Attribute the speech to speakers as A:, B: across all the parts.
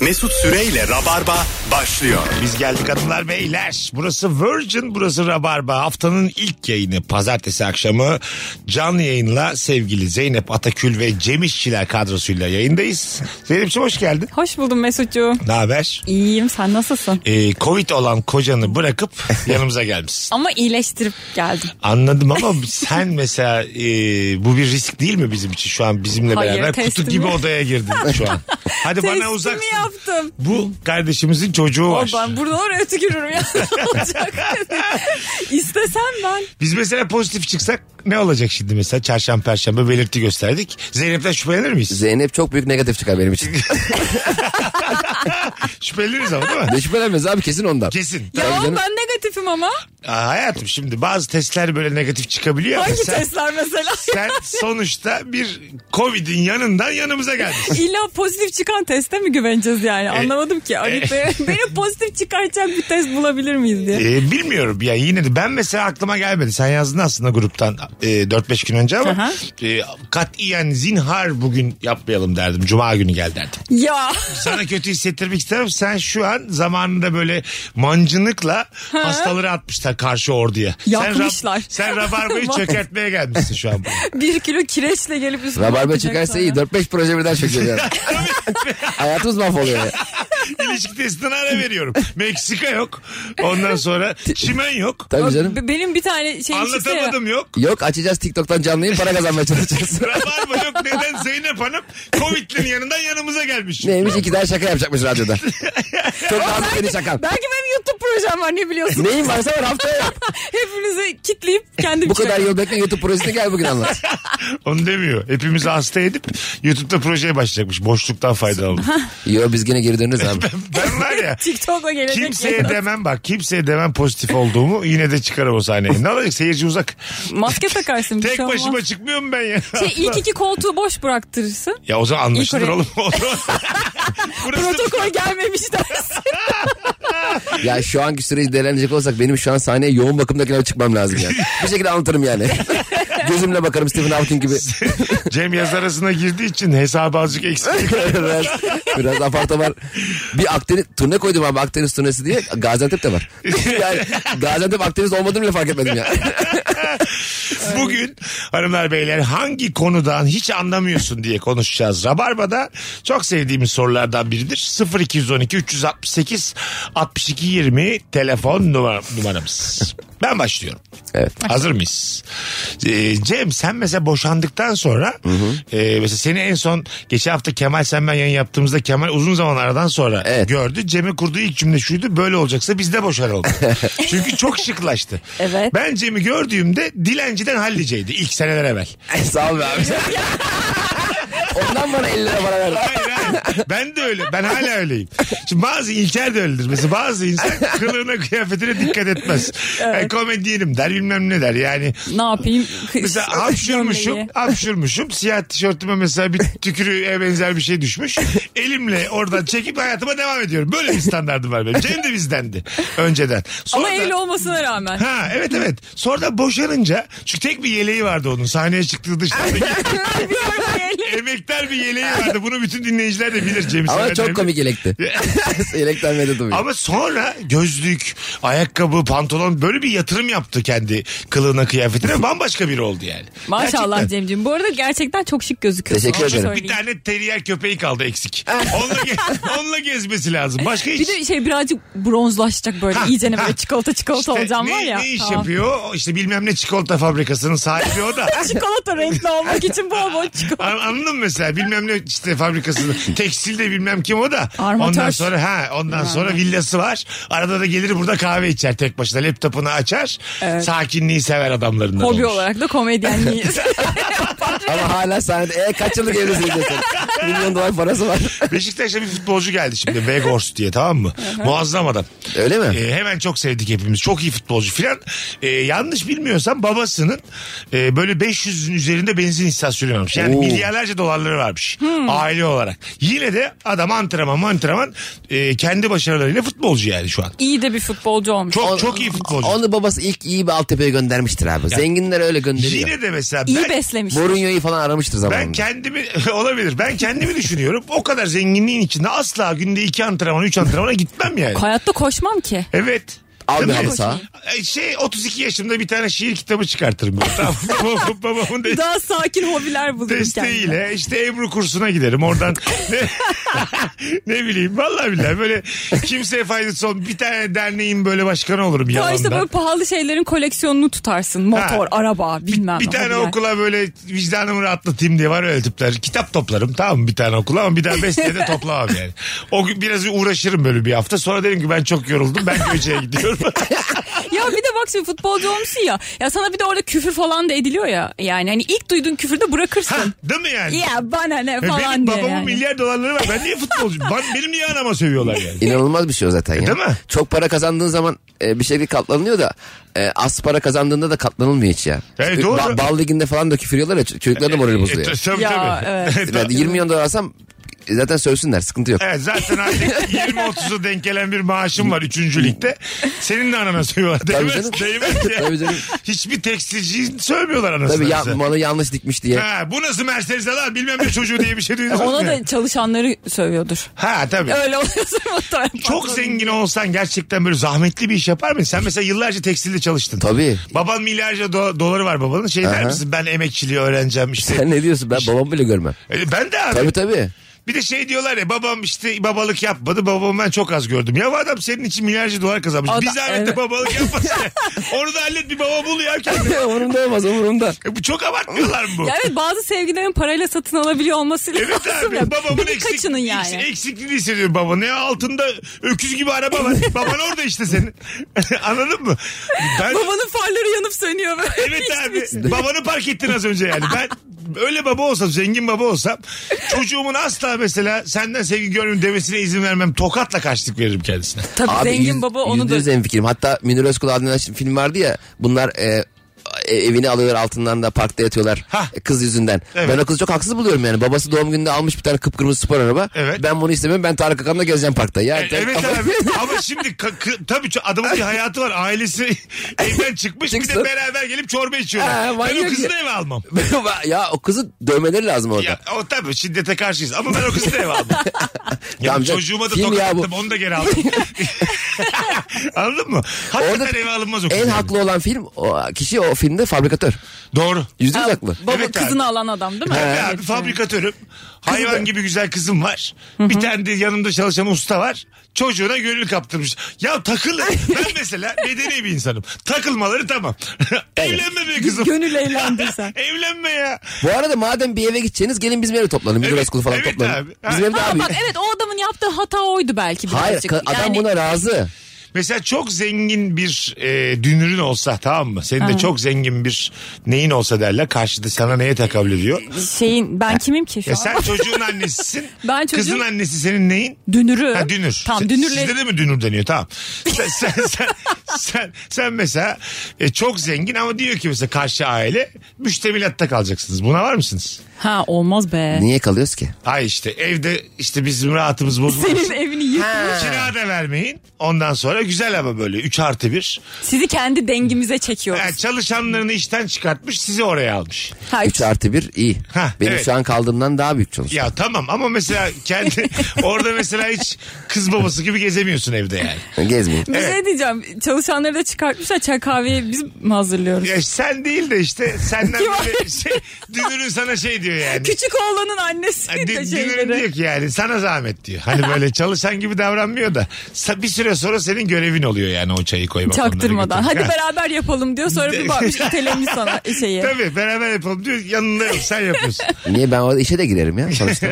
A: Mesut Süreyle Rabarba başlıyor.
B: Biz geldik hanımlar beyler. Burası Virgin, burası Rabarba. Haftanın ilk yayını pazartesi akşamı canlı yayınla sevgili Zeynep Atakül ve Cem İşçiler kadrosuyla yayındayız. Zeynep'ciğim hoş geldin.
C: Hoş buldum Mesut'cuğum.
B: Ne haber?
C: İyiyim sen nasılsın?
B: Ee, Covid olan kocanı bırakıp yanımıza gelmişsin.
C: Ama iyileştirip geldim.
B: Anladım ama sen mesela e, bu bir risk değil mi bizim için şu an bizimle
C: Hayır,
B: beraber kutu
C: testimi-
B: gibi odaya girdin şu an. Hadi bana
C: Testimi
B: uzaksın.
C: yaptım.
B: Bu kardeşimizin çocuğu var.
C: O ben buradan oraya tükürürüm ya. Ne olacak? İstesem ben.
B: Biz mesela pozitif çıksak ne olacak şimdi mesela çarşamba perşembe belirti gösterdik. Zeynep'ten şüphelenir miyiz?
D: Zeynep çok büyük negatif çıkar benim için.
B: Şüpheleniriz ama değil mi?
D: ne şüphelenmez abi kesin ondan.
B: Kesin.
C: Ya
D: Tabii
C: oğlum,
D: canım.
C: ben negatifim ama.
B: Aa, hayatım şimdi bazı testler böyle negatif çıkabiliyor. ama
C: Hangi
B: sen,
C: testler mesela?
B: sen sonuçta bir Covid'in yanından yanımıza geldin.
C: İlla pozitif çıkan teste mi güveneceğiz
B: E,
C: yani? Anlamadım ki. Arif Bey, beni pozitif çıkartacak bir test bulabilir miyiz diye.
B: Ee, bilmiyorum ya yine de ben mesela aklıma gelmedi. Sen yazdın aslında gruptan e, 4-5 gün önce ama
C: Aha.
B: e, katiyen zinhar bugün yapmayalım derdim. Cuma günü gel derdim.
C: Ya
B: sana kötü hissettirmek istemem. Sen şu an zamanında böyle mancınıkla hastaları atmışlar karşı orduya.
C: Yakmışlar.
B: Sen, rab- sen rabarbayı çökertmeye gelmişsin şu an. buraya.
C: bir kilo kireçle gelip üstüne
D: Rabarba
C: atacak
D: çıkarsa
C: sonra.
D: iyi. 4-5 proje birden çöküyor yani. Hayatımız mahvoluyor ya.
B: İlişki testine ara veriyorum. Meksika yok. Ondan sonra çimen yok.
D: Tabii canım.
C: Be- Benim bir tane şeyim çıksa ya.
B: Anlatamadım yok.
D: Yok açacağız TikTok'tan canlı yayın para kazanmaya çalışacağız.
B: Rabarba yok. Neden Zeynep Hanım Covid'lerin yanından yanımıza gelmiş.
D: Neymiş iki tane şaka yapacakmış radyoda. çok daha seni şaka.
C: Belki benim YouTube projem var ne biliyorsun?
D: Neyin varsa var haftaya yap.
C: Hepinizi kitleyip şey kendim
D: Bu kadar yıl bekle YouTube projesine gel bugün anlat.
B: Onu demiyor. Hepimizi hasta edip YouTube'da projeye başlayacakmış. Boşluktan faydalanıp.
D: Yo biz yine geri döneriz abi.
B: ben var ya.
C: TikTok'la gelecek.
B: Kimseye demem bak kimseye demem pozitif olduğumu yine de çıkarım o sahneye. Ne olacak seyirci uzak.
C: Maske takarsın. bir
B: Tek
C: şey olmaz.
B: başıma çıkmıyorum ben ya.
C: Şey, ilk iki koltuğu boş bıraktırırsın.
B: Ya o zaman anlaşılır
C: İlk oraya-
B: oğlum. O zaman- Burası
C: Protokol gelmemiş dersin.
D: Ya şu anki süreci değerlendirecek olsak benim şu an sahneye yoğun bakımdakine çıkmam lazım yani. Bir şekilde anlatırım yani. Gözümle bakarım Stephen Hawking gibi.
B: Cem yaz arasına girdiği için hesabı azıcık eksik.
D: biraz, biraz aparta var. Bir Akdeniz turne koydum abi Akdeniz turnesi diye Gaziantep de var. yani Gaziantep Akdeniz olmadığını bile fark etmedim ya.
B: Bugün hanımlar beyler hangi konudan hiç anlamıyorsun diye konuşacağız. Rabarba'da çok sevdiğimiz sorulardan biridir. 0212 368 62 20 telefon numara- numaramız. Ben başlıyorum.
D: Evet.
B: Hazır mıyız? Ee, Cem sen mesela boşandıktan sonra e, mesela seni en son geçen hafta Kemal sen ben yayın yaptığımızda Kemal uzun zaman aradan sonra
D: Evet.
B: gördü. Cem'e kurduğu ilk cümle şuydu böyle olacaksa biz de boşanalım. Çünkü çok şıklaştı.
C: Evet.
B: Ben Cem'i gördüğümde dilenciden halliceydi ilk seneler evvel.
D: Sağ ol be abi. Ondan bana 50 lira para ver.
B: Hayır, hayır. Ben de öyle. Ben hala öyleyim. Şimdi bazı İlker de öyledir. Mesela bazı insan kılığına kıyafetine dikkat etmez. Yani komedyenim der bilmem ne der. Yani
C: ne yapayım?
B: Mesela hapşırmışım,
C: Gömleği.
B: hapşırmışım. Siyah tişörtüme mesela bir tükürüğe benzer bir şey düşmüş. Elimle oradan çekip hayatıma devam ediyorum. Böyle bir standardım var benim. Cem de bizdendi önceden. Sonra
C: Ama
B: da-
C: evli olmasına rağmen.
B: Ha evet evet. Sonra da boşanınca çünkü tek bir yeleği vardı onun. Sahneye çıktığı dışında emekler bir yeleği vardı. Bunu bütün dinleyiciler de bilir Cem.
D: Ama
B: Seven
D: çok
B: Cem.
D: komik yelekti. Yelekten medet umuyor.
B: Ama sonra gözlük, ayakkabı, pantolon böyle bir yatırım yaptı kendi kılığına kıyafetine. Bambaşka biri oldu yani.
C: Maşallah
B: Gerçekten.
C: Cemciğim. Bu arada gerçekten çok şık gözüküyorsun.
D: Teşekkür
C: onu
D: ederim.
B: Bir
C: söyleyeyim.
B: tane teriyer köpeği kaldı eksik. onunla, ge- onunla gezmesi lazım. Başka hiç.
C: Bir de şey birazcık bronzlaşacak böyle.
B: Ha,
C: İyicene
B: ha.
C: böyle çikolata çikolata
B: İşte
C: olacağım
B: ne,
C: var ya.
B: Ne iş
C: Tamam.
B: yapıyor? İşte bilmem ne çikolata fabrikasının sahibi o da.
C: Çikolata renkli olmak için bol bol çikolata.
B: An- Anladın mı mesela bilmem ne işte fabrikasının tekstilde bilmem kim o da.
C: Armatör.
B: Ondan sonra ha ondan sonra villası var. Arada da gelir burada kahve içer tek başına laptopunu açar. Sakinliği sever adamlarından.
C: Hobi
B: olmuş.
C: olarak da komedyenliyiz.
D: Ama hala sahnede e kaç yıllık evlisin diyorsun. Milyon dolar parası var.
B: Beşiktaş'a bir futbolcu geldi şimdi. Vegors diye tamam mı? Muazzam adam.
D: Öyle mi?
B: Ee, hemen çok sevdik hepimiz. Çok iyi futbolcu filan. Ee, yanlış bilmiyorsam babasının e, böyle 500'ün üzerinde benzin istasyonu varmış. Yani
D: Oo.
B: milyarlarca dolarları varmış. Aile olarak. Yine de adam antrenman antrenman e, kendi başarılarıyla futbolcu yani şu an.
C: İyi de bir futbolcu olmuş.
B: Çok
D: Onu-
B: çok iyi futbolcu.
D: Onu babası ilk iyi bir Altepe'ye göndermiştir abi. Zenginler öyle gönderiyor.
B: Yine de mesela
C: İyi
B: ben-
C: beslemiş.
D: Mourinho'yu falan aramıştır zamanında.
B: Ben kendimi olabilir. Ben kendimi düşünüyorum. O kadar zenginliğin içinde asla günde iki antrenman, üç antrenmana gitmem yani.
C: Hayatta koşmam ki.
B: Evet.
D: Al bir
B: Tabii.
D: halı saha.
B: E, Şey 32 yaşımda bir tane şiir kitabı çıkartırım. ben. Tamam. Babam- Babamın de-
C: Daha sakin hobiler bulurum kendime.
B: desteğiyle işte Ebru kursuna giderim oradan ne, ne bileyim vallahi billahi böyle kimseye faydası olmayan bir tane derneğin böyle başkanı olurum
C: Ya işte böyle
B: yalandan.
C: pahalı şeylerin koleksiyonunu tutarsın. Motor,
B: Ha.
C: araba bilmem.
B: Bir tane
C: hobiler.
B: okula böyle vicdanımı rahatlatayım diye var öyle tipler. Kitap toplarım tamam mı bir tane okula ama bir daha beş sene de toplamam yani. O gün biraz uğraşırım böyle bir hafta. Sonra derim ki ben çok yoruldum ben göçeye gidiyorum.
C: Ya bir de bak şimdi futbolcu olmuşsun ya. Ya sana bir de orada küfür falan da ediliyor ya. Yani hani ilk duyduğun küfürde
B: Ha,
C: bırakırsın.
B: Değil mi yani?
C: ya bana ne
B: Ve
C: falan
B: E, benim
C: diye
B: babamın
C: yani.
B: milyar dolarları var. Ben niye futbolcuyum? ben, benim niye anama sövüyorlar yani?
D: İnanılmaz bir şey o zaten ya.
B: E, Değil mi?
D: Çok para kazandığın zaman e, bir şekilde katlanılıyor da e, az para kazandığında da katlanılmıyor hiç ya.
B: Evet,
D: Çünkü
B: doğru.
D: ba- bal liginde falan da küfür yiyorlar ya ç- çocuklar da morali
B: E,
D: bozuluyor.
B: tabii
C: Ya,
B: tabii.
C: evet.
D: Yani 20 milyon dolar alsam e, zaten sövsünler sıkıntı yok.
B: Evet zaten artık 20-30'a denk gelen bir maaşım var 3. ligde. Senin de anana sövüyorlar.
D: Tabii
B: Değmez,
D: canım.
B: değmez ya.
D: Tabii canım.
B: Hiçbir tekstilciyi sövmüyorlar anasını.
D: Tabii ya,
B: bize.
D: malı yanlış dikmiş diye.
B: Ha, bu nasıl Mercedes lan bilmem ne çocuğu diye bir şey duydunuz
C: Ona
B: mu?
C: da çalışanları sövüyordur.
B: Ha tabii.
C: Öyle oluyorsa muhtemelen.
B: Çok
C: patronun.
B: zengin olsan gerçekten böyle zahmetli bir iş yapar mısın? Sen mesela yıllarca tekstilde çalıştın.
D: Tabii.
B: Baban milyarca do- doları var babanın. Şey der
D: Aha.
B: misin ben emekçiliği öğreneceğim işte.
D: Sen ne diyorsun ben babamı bile görmem.
B: E, Ben de abi.
D: Tabii tabii.
B: Bir de şey diyorlar ya babam işte babalık yapmadı. Babamı ben çok az gördüm. Ya bu adam senin için milyarca dolar kazanmış.
C: O da-
B: Bir zahmet de
C: evet.
B: babalık yapmasın. Onu da hallet bir baba bul ya kendine.
D: umurumda olmaz umurumda.
B: E, bu çok abartmıyorlar mı bu?
C: Ya evet bazı sevgilerin parayla satın alabiliyor olması
B: Evet
C: lazım.
B: abi
C: ya.
B: babamın
C: Bir
B: eksik,
C: kaçının yani.
B: eks- eksikliğini hissediyorum baba. Ne altında öküz gibi araba var. Baban orada işte senin. Anladın mı? Ben
C: Babanın farları yanıp sönüyor böyle.
B: Evet
C: Hiçbir
B: abi.
C: şey.
B: Babanı park ettin az önce yani. Ben öyle baba olsam, zengin baba olsam çocuğumun asla mesela senden sevgi görmüyorum demesine izin vermem. Tokatla karşılık veririm kendisine.
C: Tabii zengin
D: yüz-
C: baba onu
D: yüzde
C: da
D: yüz en fikrim. Hatta Münir Özkul adlı film vardı ya. Bunlar e, e, evini alıyorlar altından da parkta yatıyorlar
B: Hah.
D: e, kız yüzünden.
B: Evet.
D: Ben o kızı çok haksız buluyorum yani. Babası doğum gününde almış bir tane kıpkırmızı spor araba.
B: Evet.
D: Ben bunu istemiyorum. Ben Tarık Akan'la gezeceğim parkta. Ya,
B: E, evet abi ama şimdi ka- kı- tabii ki adamın bir hayatı var ailesi evden çıkmış bir de
D: Çıksın.
B: beraber gelip çorba
D: Ha,
B: içiyorlar. ben o
D: manyak
B: kızı
D: ya.
B: da eve almam.
D: ya o kızı dövmeleri lazım orada.
B: Ya, o tabii şiddete karşıyız ama ben o kızı da eve aldım. ya
D: Tamam canım,
B: çocuğuma da
D: film
B: tokat
D: ya bu.
B: attım onu da geri aldım. Anladın mı? Hakikaten
D: Orada
B: eve alınmaz o kız.
D: En
B: yani.
D: haklı olan film o kişi o filmde fabrikatör.
B: Doğru.
D: Yüzde yüz haklı.
C: baba
B: Evet abi.
C: kızını alan adam değil mi?
B: Tabii
C: Evet,
B: abi
C: evet.
B: fabrikatörüm. Hayvan gibi güzel kızım var. Bir tane de yanımda çalışan usta var. Çocuğuna gönül kaptırmış. Ya takılın. ben mesela medeni bir insanım. Takılmaları tamam. Evlenme be kızım.
C: Gönül eğlendir sen.
B: Evlenme ya.
D: Bu arada madem bir eve gideceğiniz gelin bizim eve toplanın. Münir
B: Evet,
D: Özkul falan
B: evet
D: toplanın.
B: abi. Ha.
D: Bizim evde
C: Ha,
D: abi.
C: bak evet o adamın yaptığı hata oydu belki
D: Hayır
C: birazcık.
D: ka- adam
C: Yani-
D: buna razı.
B: Mesela çok zengin bir e, dünürün olsa tamam mı? Senin de çok zengin bir neyin olsa derler. Karşıda sana neye takabül ediyor?
C: Şeyin ben kimim ki şu
B: Ya
C: an?
B: E sen çocuğun annesisin.
C: Ben çocuğum-
B: Kızın annesi senin neyin?
C: Dünürü.
B: Ha dünür.
C: Tamam
B: Se-
C: dünürle.
B: Sizde de mi dünür deniyor tamam. Sen sen sen, sen, sen mesela e, çok zengin ama diyor ki mesela karşı aile müştemilatta kalacaksınız. Buna var mısınız?
C: Ha olmaz be.
D: Niye kalıyoruz ki?
B: Ay işte evde işte bizim rahatımız
C: Senin
B: bozulmasın.
C: evini yık.
B: Kira da vermeyin. Ondan sonra güzel ama böyle 3 artı 1.
C: Sizi kendi dengimize çekiyoruz.
B: çalışanlarını işten çıkartmış sizi oraya almış.
C: Ha,
D: 3 artı 1 iyi.
B: Hah,
D: Benim
B: evet.
D: şu an kaldığımdan daha büyük çalışma.
B: Ya tamam ama mesela kendi orada mesela hiç kız babası gibi gezemiyorsun evde yani.
D: Gezmeyin.
C: Bir şey diyeceğim. Çalışanları da çıkartmışlar. Çay kahveyi biz mi hazırlıyoruz?
B: Ya sen değil de işte senden
C: Kim var?
B: böyle şey, dünürün sana şey diyor yani.
C: Küçük oğlanın annesi
B: Hani
C: de
B: dün-
C: şeyleri.
B: Dünürün diyor ki yani sana zahmet diyor. Hani böyle çalışan gibi davranmıyor da sa- bir süre sonra senin görevin oluyor yani o çayı koymak. onları
C: Çaktırmadan.
B: götürmek. Ha.
C: Hadi beraber yapalım diyor. Sonra bir bakmış itelemiş sana şeyi.
B: Tabii beraber yapalım diyor. Yanında yok sen yapıyorsun.
D: Niye ben orada işe de girerim ya sonuçta.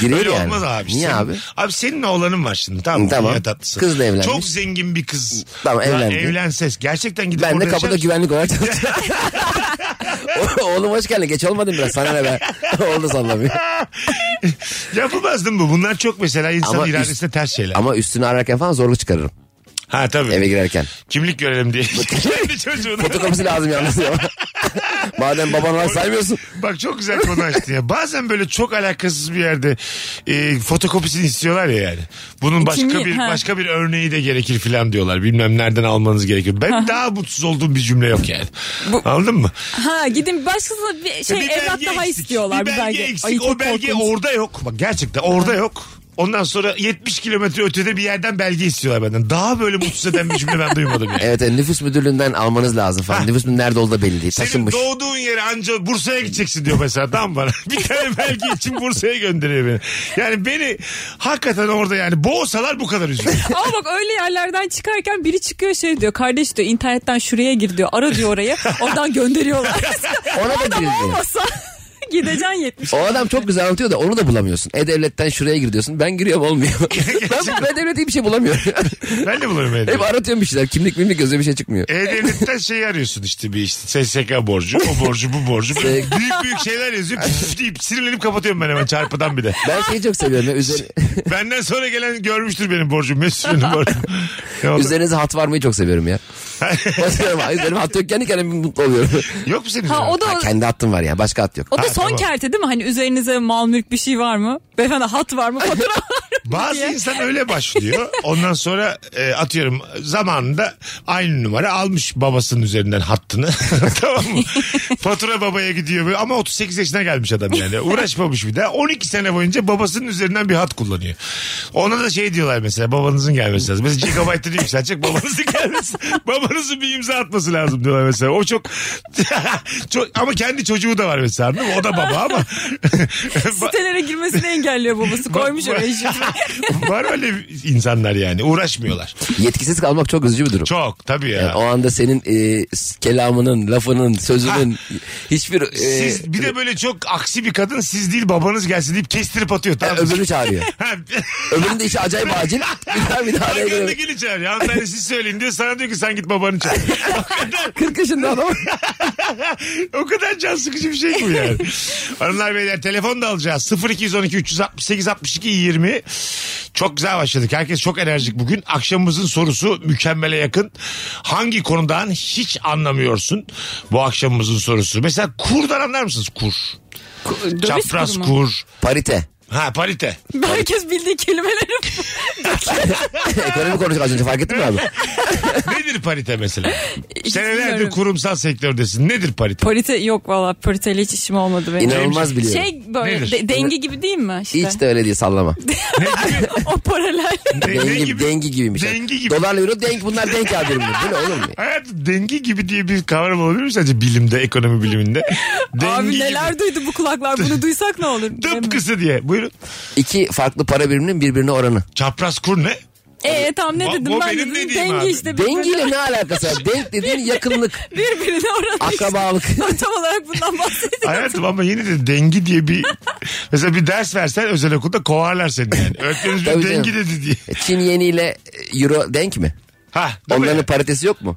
D: Giriyor
B: Öyle
D: yani.
B: olmaz abi.
D: Niye
B: Senin-
D: abi?
B: Abi senin oğlanın var şimdi tamam mı?
D: Tamam.
B: Dünya tatlısı.
D: Kızla evlenmiş.
B: Çok zengin bir kız.
D: Tamam, evlendi.
B: Evlenses. Gerçekten gidip
D: Ben de
B: orada
D: kapıda
B: yaşar-
D: güvenlik olarak çalışıyorum. O- Oğlum hoş geldin. Geç olmadın biraz. Sana ne be? Oldu sallamıyor.
B: Yapamazdım bu. Bunlar çok mesela insan
D: Ama
B: iradesine ters şeyler.
D: Ama üstünü ararken falan zorluk çıkarırım.
B: ha tabii.
D: Eve girerken.
B: Kimlik görelim diye. Kendi çocuğunu.
D: Fotokopisi lazım yalnız ya. Madem baban var saymıyorsun.
B: Bak çok güzel konu açtı ya. Bazen böyle çok alakasız bir yerde e, fotokopisini istiyorlar ya yani. Bunun başka
C: Kimliği,
B: bir
C: ha.
B: başka bir örneği de gerekir filan diyorlar. Bilmem nereden almanız gerekir. Ben daha mutsuz olduğum bir cümle yok yani.
C: Bu-
B: Anladın mı?
C: Ha gidin başkasına bir şey
B: Bir belge
C: evlat daha
B: eksik.
C: istiyorlar.
B: Bir belge, eksik.
C: Ay,
B: o
C: çok
B: belge
C: korkunç.
B: orada yok. Bak gerçekten orada yok. Ondan sonra 70 kilometre ötede bir yerden belge istiyorlar benden. Daha böyle mutsuz eden bir cümle ben duymadım yani.
D: Evet, evet, nüfus müdürlüğünden almanız lazım falan. Nüfus müdürü nerede olduğu da belli değil.
B: Senin
D: Taşınmış.
B: doğduğun yere anca Bursa'ya gideceksin diyor mesela tamam mı bana. Bir tane belge için Bursa'ya gönderiyor beni. Yani beni hakikaten orada yani boğsalar bu kadar üzülüyor.
C: Ama bak öyle yerlerden çıkarken biri çıkıyor şey diyor. Kardeş diyor internetten şuraya gir diyor. Ara diyor orayı. Oradan gönderiyorlar.
D: Ona da girildi.
C: Olmasa gideceksin 70.
D: O adam çok güzel anlatıyor da onu da bulamıyorsun. E-Devlet'ten şuraya gir diyorsun. Ben giriyorum olmuyor. ben, ben devlet diye bir şey bulamıyorum.
B: ben de bulamıyorum
D: Hep
B: evde.
D: aratıyorum bir şeyler. Kimlik mimlik gözüme bir şey çıkmıyor.
B: E-Devlet'ten şeyi arıyorsun işte bir işte SSK borcu, o borcu, bu borcu. Böyle büyük büyük şeyler yazıyor. Püf deyip sinirlenip kapatıyorum ben hemen çarpıdan bir de.
D: Ben şeyi çok seviyorum. ya, Üzeri,
B: Benden sonra gelen görmüştür benim borcum. Mesut benim borcum. Ne oldu?
D: üzerinize hat varmayı çok seviyorum ya. Basıyorum, üzerime hat yok. Kendi kendime mutlu oluyorum.
B: Yok mu senin?
C: Ha
B: üzerine?
C: o da
D: Ha, kendi hattım var ya. Başka hat yok.
C: o da
B: Ha,
C: son
B: tamam.
C: kerte değil mi? Hani üzerinize mal mülk bir şey var mı? Beyefendi hat var mı? Fatura var mı?
B: Bazı
C: diye.
B: insan öyle başlıyor. Ondan sonra e, atıyorum zamanında aynı numara almış babasının üzerinden hattını. tamam mı? Fatura babaya gidiyor böyle. ama 38 yaşına gelmiş adam yani. Uğraşmamış bir daha. 12 sene boyunca babasının üzerinden bir hat kullanıyor. Ona da şey diyorlar mesela babanızın gelmesi lazım. Mesela gigabyte'ını yükseltecek babanızın gelmesi. babanızın bir imza atması lazım diyorlar mesela. O çok, çok ama kendi çocuğu da var mesela. anladın mı? O da baba ama. Ba-
C: Sitelere girmesini engelliyor babası. Koymuş oraya şey. şifre.
B: Var öyle insanlar yani uğraşmıyorlar.
D: Yetkisiz kalmak çok üzücü bir durum.
B: Çok tabii ya.
D: Yani o anda senin e, s- kelamının, lafının, sözünün hiçbir e,
B: Siz bir de böyle çok aksi bir kadın siz değil babanız gelsin deyip kestirip atıyor.
D: e,
B: Tamam. mı?
D: öbürünü çağırıyor.
B: Ha,
D: Öbürünün de işi acayip acil. Bir daha bir daha araya gelemedik.
B: Arkandakini çağırıyor. Hanımefendi siz söyleyin diyor. Sana diyor ki sen git babanı çağır. o, kadar,
D: 40 yaşında adam.
B: o kadar can sıkıcı bir şey ki bu yani. Hanımlar beyler telefon da alacağız. 0212 368 62 20. Çok güzel başladık. Herkes çok enerjik bugün. Akşamımızın sorusu mükemmele yakın. Hangi konudan hiç anlamıyorsun bu akşamımızın sorusu? Mesela kurdan anlar mısınız? Kur.
C: Döviz
B: Çapraz
C: kurumu.
B: kur.
D: Parite.
B: Ha parite.
C: Herkes bildiği kelimeleri
D: Ekonomi konuştuk az önce fark ettin mi abi?
B: Nedir parite mesela?
C: Hiç
B: Senelerdir
C: bilmiyorum.
B: kurumsal sektördesin. Nedir parite?
C: Parite yok valla pariteyle hiç işim olmadı benim.
D: İnanılmaz biliyorum.
C: Şey böyle
B: Nedir?
C: de- denge gibi değil mi? işte?
D: Hiç de öyle değil sallama.
C: o paralel.
B: Ne- ne
D: Dengi,
B: gibi?
D: dengi gibiymiş.
B: Dengi gibi.
D: Dolarla euro denk bunlar denk abi. birbirine. Bu ne oğlum?
B: Hayat dengi gibi diye bir kavram olabilir mi sence bilimde, ekonomi biliminde? Dengi
C: Abi
B: gibi.
C: neler duydu bu kulaklar bunu duysak ne olur?
B: Tıpkısı diye. Buyurun.
D: İki farklı para biriminin birbirine oranı.
B: Çapraz kur ne?
C: Eee tam Ee, ne
B: Bu-
C: dedim
B: bu
C: ben
B: benim
C: dedim
B: dediğim
C: denge
B: abi.
C: işte.
D: Dengiyle ne alakası var? Denk dediğin yakınlık,
C: Birbirine oranı işte.
D: akrabalık.
C: Tam olarak bundan bahsediyorum.
B: Hayatım ama yine de dengi diye bir... mesela bir ders versen özel okulda kovarlar seni yani. Öğretmenimiz bir
D: Tabii
B: dengi
D: canım.
B: dedi diye.
D: E, Çin yeniyle e, euro denk mi?
B: Ha, değil mi?
D: Onların paritesi yok mu?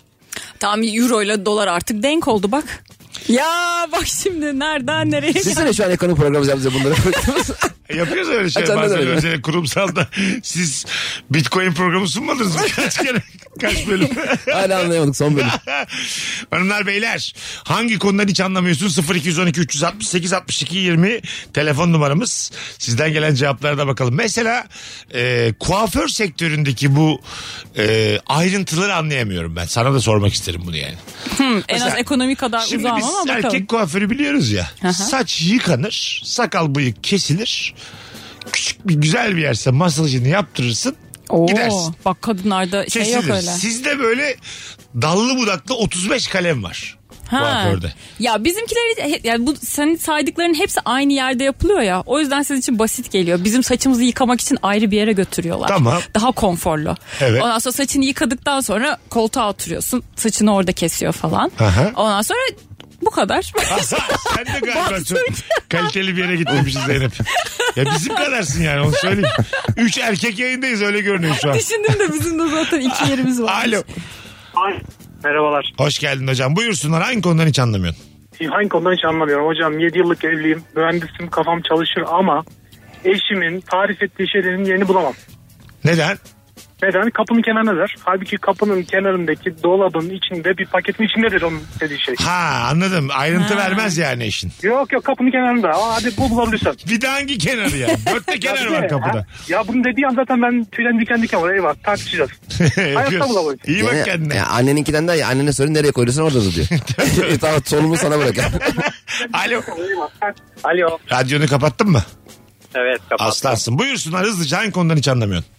C: Tam euro ile dolar artık denk oldu bak. Ya bak şimdi nereden nereye
D: Siz de şu an ekonomi programı yapınca bunları konuştunuz.
B: Yapıyoruz öyle şey
D: Ha, sen de
B: bazen
D: öyle.
B: özel kurumsalda. Siz bitcoin programı sunmadınız mı? Kaç kere? Kaç bölüm?
D: Hala anlayamadık son bölüm.
B: Hanımlar beyler hangi konudan hiç anlamıyorsun 0212 368 62 20 telefon numaramız sizden gelen cevaplara da bakalım. Mesela e, kuaför sektöründeki bu e, ayrıntıları anlayamıyorum ben sana da sormak isterim bunu yani.
C: en az ekonomi kadar
B: Şimdi
C: uzağım
B: biz
C: ama bakalım.
B: erkek kuaförü biliyoruz ya
C: Aha.
B: saç yıkanır sakal bıyık kesilir küçük bir güzel bir yerse masajını yaptırırsın
C: Oo,
B: gidersin.
C: bak kadınlarda şey yok
B: Kesilir.
C: öyle.
B: Sizde böyle dallı budaklı 35 kalem var.
C: Ha.
B: Kuaförde.
C: Ya bizimkiler he- yani bu senin saydıkların hepsi aynı yerde yapılıyor ya. O yüzden sizin için basit geliyor. Bizim saçımızı yıkamak için ayrı bir yere götürüyorlar.
B: Tamam.
C: Daha konforlu.
B: Evet.
C: Ondan sonra saçını yıkadıktan sonra koltuğa oturuyorsun. Saçını orada kesiyor falan.
B: Aha.
C: Ondan sonra bu kadar.
B: Sen de galiba çok kaliteli bir yere gitmemişiz Zeynep. Ya bizim kadarsın yani onu söyleyeyim. Üç erkek yayındayız öyle görünüyor şu an.
C: Düşündüm de bizim de zaten iki yerimiz var.
B: Alo.
E: Ay, merhabalar.
B: Hoş geldin hocam. Buyursunlar hangi konudan hiç anlamıyorsun?
E: Hangi konudan hiç anlamıyorum. Hocam 7 yıllık evliyim. Mühendisim kafam çalışır ama eşimin tarif ettiği şeylerin yerini bulamam.
B: Neden?
E: Neden? Kapının kenarındadır. Halbuki kapının kenarındaki dolabın içinde bir paketin içindedir onun dediği şey.
B: Ha anladım. Ayrıntı vermez yani işin.
E: Yok yok kapının kenarında. Aa, hadi bu bulabilirsen.
B: Bir de hangi kenarı ya? Dörtte kenar
E: Ya,
B: var
E: ha?
B: kapıda.
E: Ya bunu dediği an zaten ben tüylerim diken diken var. Eyvah tartışacağız. Hayatta
B: Öpüyoruz.
E: bulamayız.
B: İyi bak kendine.
D: ya anneninkinden de ya annene sorun nereye koyduysan oradadır diyor. e, tamam solumu sana bırak.
B: Alo.
E: Alo.
B: Radyonu kapattın mı?
F: Evet kapattım.
B: Aslansın. Buyursunlar hızlıca hangi konudan hiç anlamıyorsun?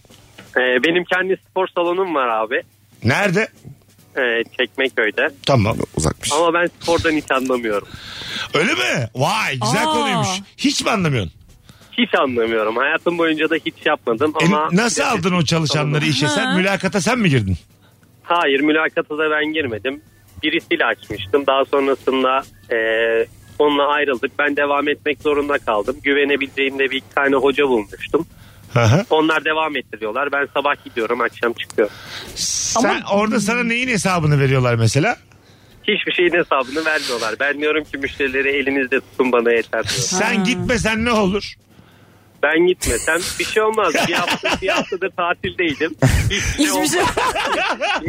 F: Ee, benim kendi spor salonum var abi.
B: Nerede?
F: Ee, Çekmeköy'de.
B: Tamam.
D: Uzakmış.
F: Ama ben spordan hiç anlamıyorum.
B: Öyle mi? Vay güzel
C: Aa.
B: konuymuş. Hiç mi anlamıyorsun?
F: Hiç anlamıyorum. Hayatım boyunca da hiç yapmadım
B: E,
F: ama...
B: nasıl aldın o çalışanları işe? Sen
C: Ha.
B: mülakata sen mi girdin?
F: Hayır mülakata da ben girmedim. Birisiyle açmıştım. Daha sonrasında e, onunla ayrıldık. Ben devam etmek zorunda kaldım. Güvenebileceğim de bir iki tane hoca bulmuştum.
B: Hı hı.
F: Onlar devam ettiriyorlar. Ben sabah gidiyorum akşam çıkıyorum.
B: Sen orada sana neyin hesabını veriyorlar mesela?
F: Hiçbir şeyin hesabını vermiyorlar. Ben diyorum ki müşterileri elinizde tutun bana yeter diyorum.
B: Sen gitmesen ne olur? E,
F: Ben gitmesem bir şey olmaz. Bir hafta, bir haftadır tatildeydim. Hiçbir şey
C: Hiçbir
F: olmaz.
C: şey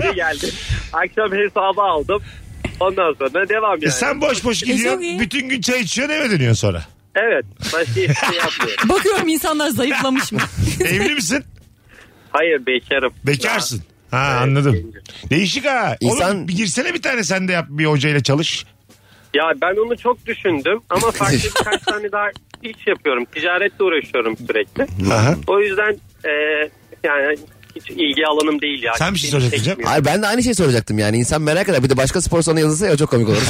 F: Geri geldi. Akşam hesabı aldım. Ondan sonra devam
B: E
F: yani.
B: sen boş boş gidiyorsun.
C: çok iyi.
B: bütün gün çay içiyorsun eve dönüyorsun sonra.
F: Evet. Başka hiçbir şey yapmıyorum.
C: Bakıyorum insanlar zayıflamış mı?
B: Evli misin?
F: Hayır bekarım.
B: Bekarsın. Ha anladım. Değişik ha. Oğlum
D: İnsan-
B: bir girsene bir tane sen de yap bir hocayla çalış.
F: Ya ben onu çok düşündüm ama farklı birkaç tane daha iş yapıyorum. Ticaretle uğraşıyorum sürekli.
B: Aha.
F: O yüzden e, yani hiç ilgi alanım değil ya.
B: Sen bir şey
F: Beni
B: soracaksın
F: çekmiyor.
D: Hayır ben de aynı şeyi soracaktım yani. İnsan merak eder. Bir de başka spor salonu yazılsa ya çok komik olur.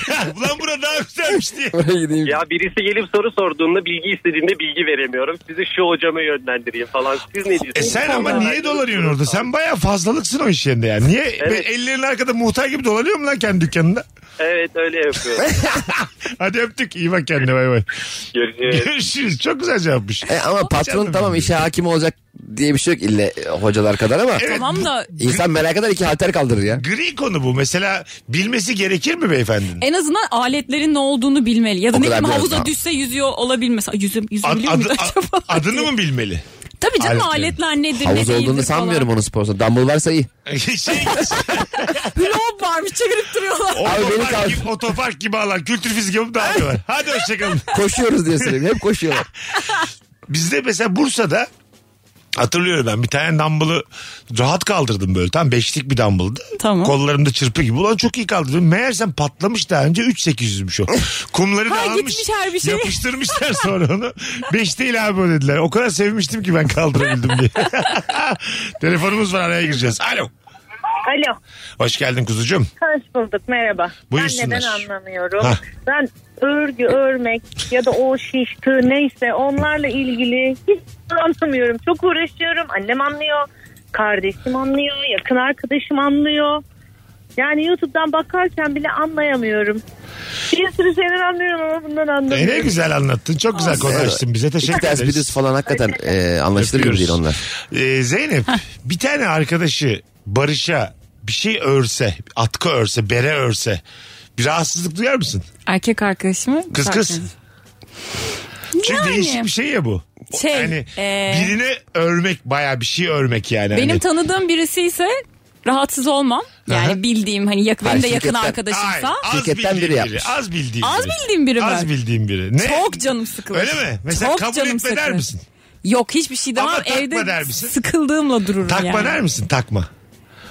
B: Ulan bura daha güzelmiş diye. E,
D: Oraya gideyim.
F: Ya birisi gelip soru sorduğunda bilgi istediğinde bilgi veremiyorum. Sizi şu hocama yönlendireyim falan. Siz ne diyorsunuz?
B: E sen ama niye dolanıyorsun orada? Sen bayağı fazlalıksın o iş yerinde yani. Niye
F: Evet.
B: ellerin arkada muhtar gibi dolanıyor mu lan kendi dükkanında?
F: Evet öyle yapıyorum.
B: Hadi öptük. İyi bak kendine bay bay.
F: Görüşürüz.
B: Görüşürüz. Çok güzel cevapmış.
D: E, ama patron
B: canım
D: tamam
B: benim.
D: işe hakim olacak diye bir şey yok ille e, hocalar kadar ama
B: Evet,
C: tamam da
D: insan merak eder iki halter kaldırır ya.
B: Gri konu bu. Mesela bilmesi gerekir mi beyefendinin?
C: en azından aletlerin ne olduğunu bilmeli. Ya da
D: O
C: ne
D: kadar
C: bileyim
D: biraz
C: havuza
D: daha.
C: düşse yüzüyor olabilmesi. Yüzü,
B: Ad-
C: yüzebiliyor
B: adı-
C: muydu
B: a-
C: acaba?
B: adını mı bilmeli?
C: Tabii canım
B: Aletleri.
C: aletler nedir ne
D: Havuz
C: değildir
D: olduğunu sanmıyorum
C: falan.
D: onun spor salonu. Dumbbell varsa iyi.
B: şey,
C: Glob varmış çevirip duruyorlar.
D: Abi beni
B: otopark,
D: kal-
B: gibi, otopark gibi alan kültür fizik yapıp dağılıyorlar. Hadi hoşçakalın.
D: Koşuyoruz diye söyleyeyim. Hep koşuyorlar.
B: Bizde mesela Bursa'da hatırlıyorum ben bir tane dumbbell'ı rahat kaldırdım böyle tam beşlik bir dumbbell'dı.
C: Tamam.
B: Kollarımda çırpı gibi. Ulan çok iyi kaldırdım. Meğersem patlamış daha önce 3800'müş o. Kumları da
C: Ha,
B: almış.
C: gitmiş her bir şey.
B: Yapıştırmışlar sonra onu. 5 değil abi o dediler. O kadar sevmiştim ki ben kaldırabildim diye. Telefonumuz var araya gireceğiz. Alo.
G: Alo.
B: Hoş geldin kuzucuğum.
G: Hoş bulduk. Merhaba.
B: Buyursunlar.
G: Ben neden anlamıyorum?
B: Hah.
G: Ben örgü örmek ya da o şiş tığ neyse onlarla ilgili hiç anlamıyorum. Çok uğraşıyorum. Annem anlıyor. Kardeşim anlıyor. Yakın arkadaşım anlıyor. Yani YouTube'dan bakarken bile anlayamıyorum. Bir sürü şeyler anlıyorum ama bundan
B: E ne
G: anlamıyorum.
B: güzel anlattın. Çok güzel konu açtın bize.
D: İki
B: Teşekkür
D: ters bir
B: ederiz.
D: düz falan hakikaten e, anlaşılır gibi
B: Öpüyoruz.
D: değil onlar.
B: Ee, Zeynep bir tane arkadaşı Barış'a bir şey örse, atkı örse, bere örse bir rahatsızlık duyar mısın?
C: Erkek arkadaşımı.
B: Kız kız. Çünkü
C: Yani.
B: değişik bir şey ya bu. O-
C: Şey,
B: yani
C: ee,
B: birine örmek bayağı bir şey örmek yani.
C: Benim
B: Hani-
C: tanıdığım birisi ise rahatsız olmam. Yani
B: Aha.
C: bildiğim hani yak, benim de
D: Hayır,
C: yakın
D: şirketten-
B: Hayır,
C: arkadaşımsa.
B: az
D: Şirketten
B: bildiğim
D: biri
B: biri,
D: yapmış.
B: Az bildiğim
C: Az
B: biri.
C: bildiğim biri mi?
B: Az bildiğim biri. Ne?
C: Çok canım sıkılır.
B: Öyle mi? Mesela
C: Çok
B: kabul
C: canım
B: etme der
C: sıkılır.
B: misin?
C: Yok hiçbir şey demem.
B: Ama takma
C: Evde
B: der misin?
C: sıkıldığımla dururum
B: Takma
C: yani.
B: der misin? Takma.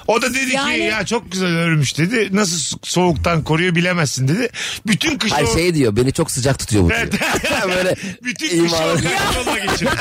B: O da dedi
C: Yani-
B: ki ya çok güzel örmüş dedi. Nasıl so- soğuktan koruyor bilemezsin dedi. Bütün kış
D: Hayır
B: o-
D: şey diyor beni çok sıcak tutuyor bu diyor. Böyle
B: Bütün kış
D: imalı.
B: organlarına geçiyor.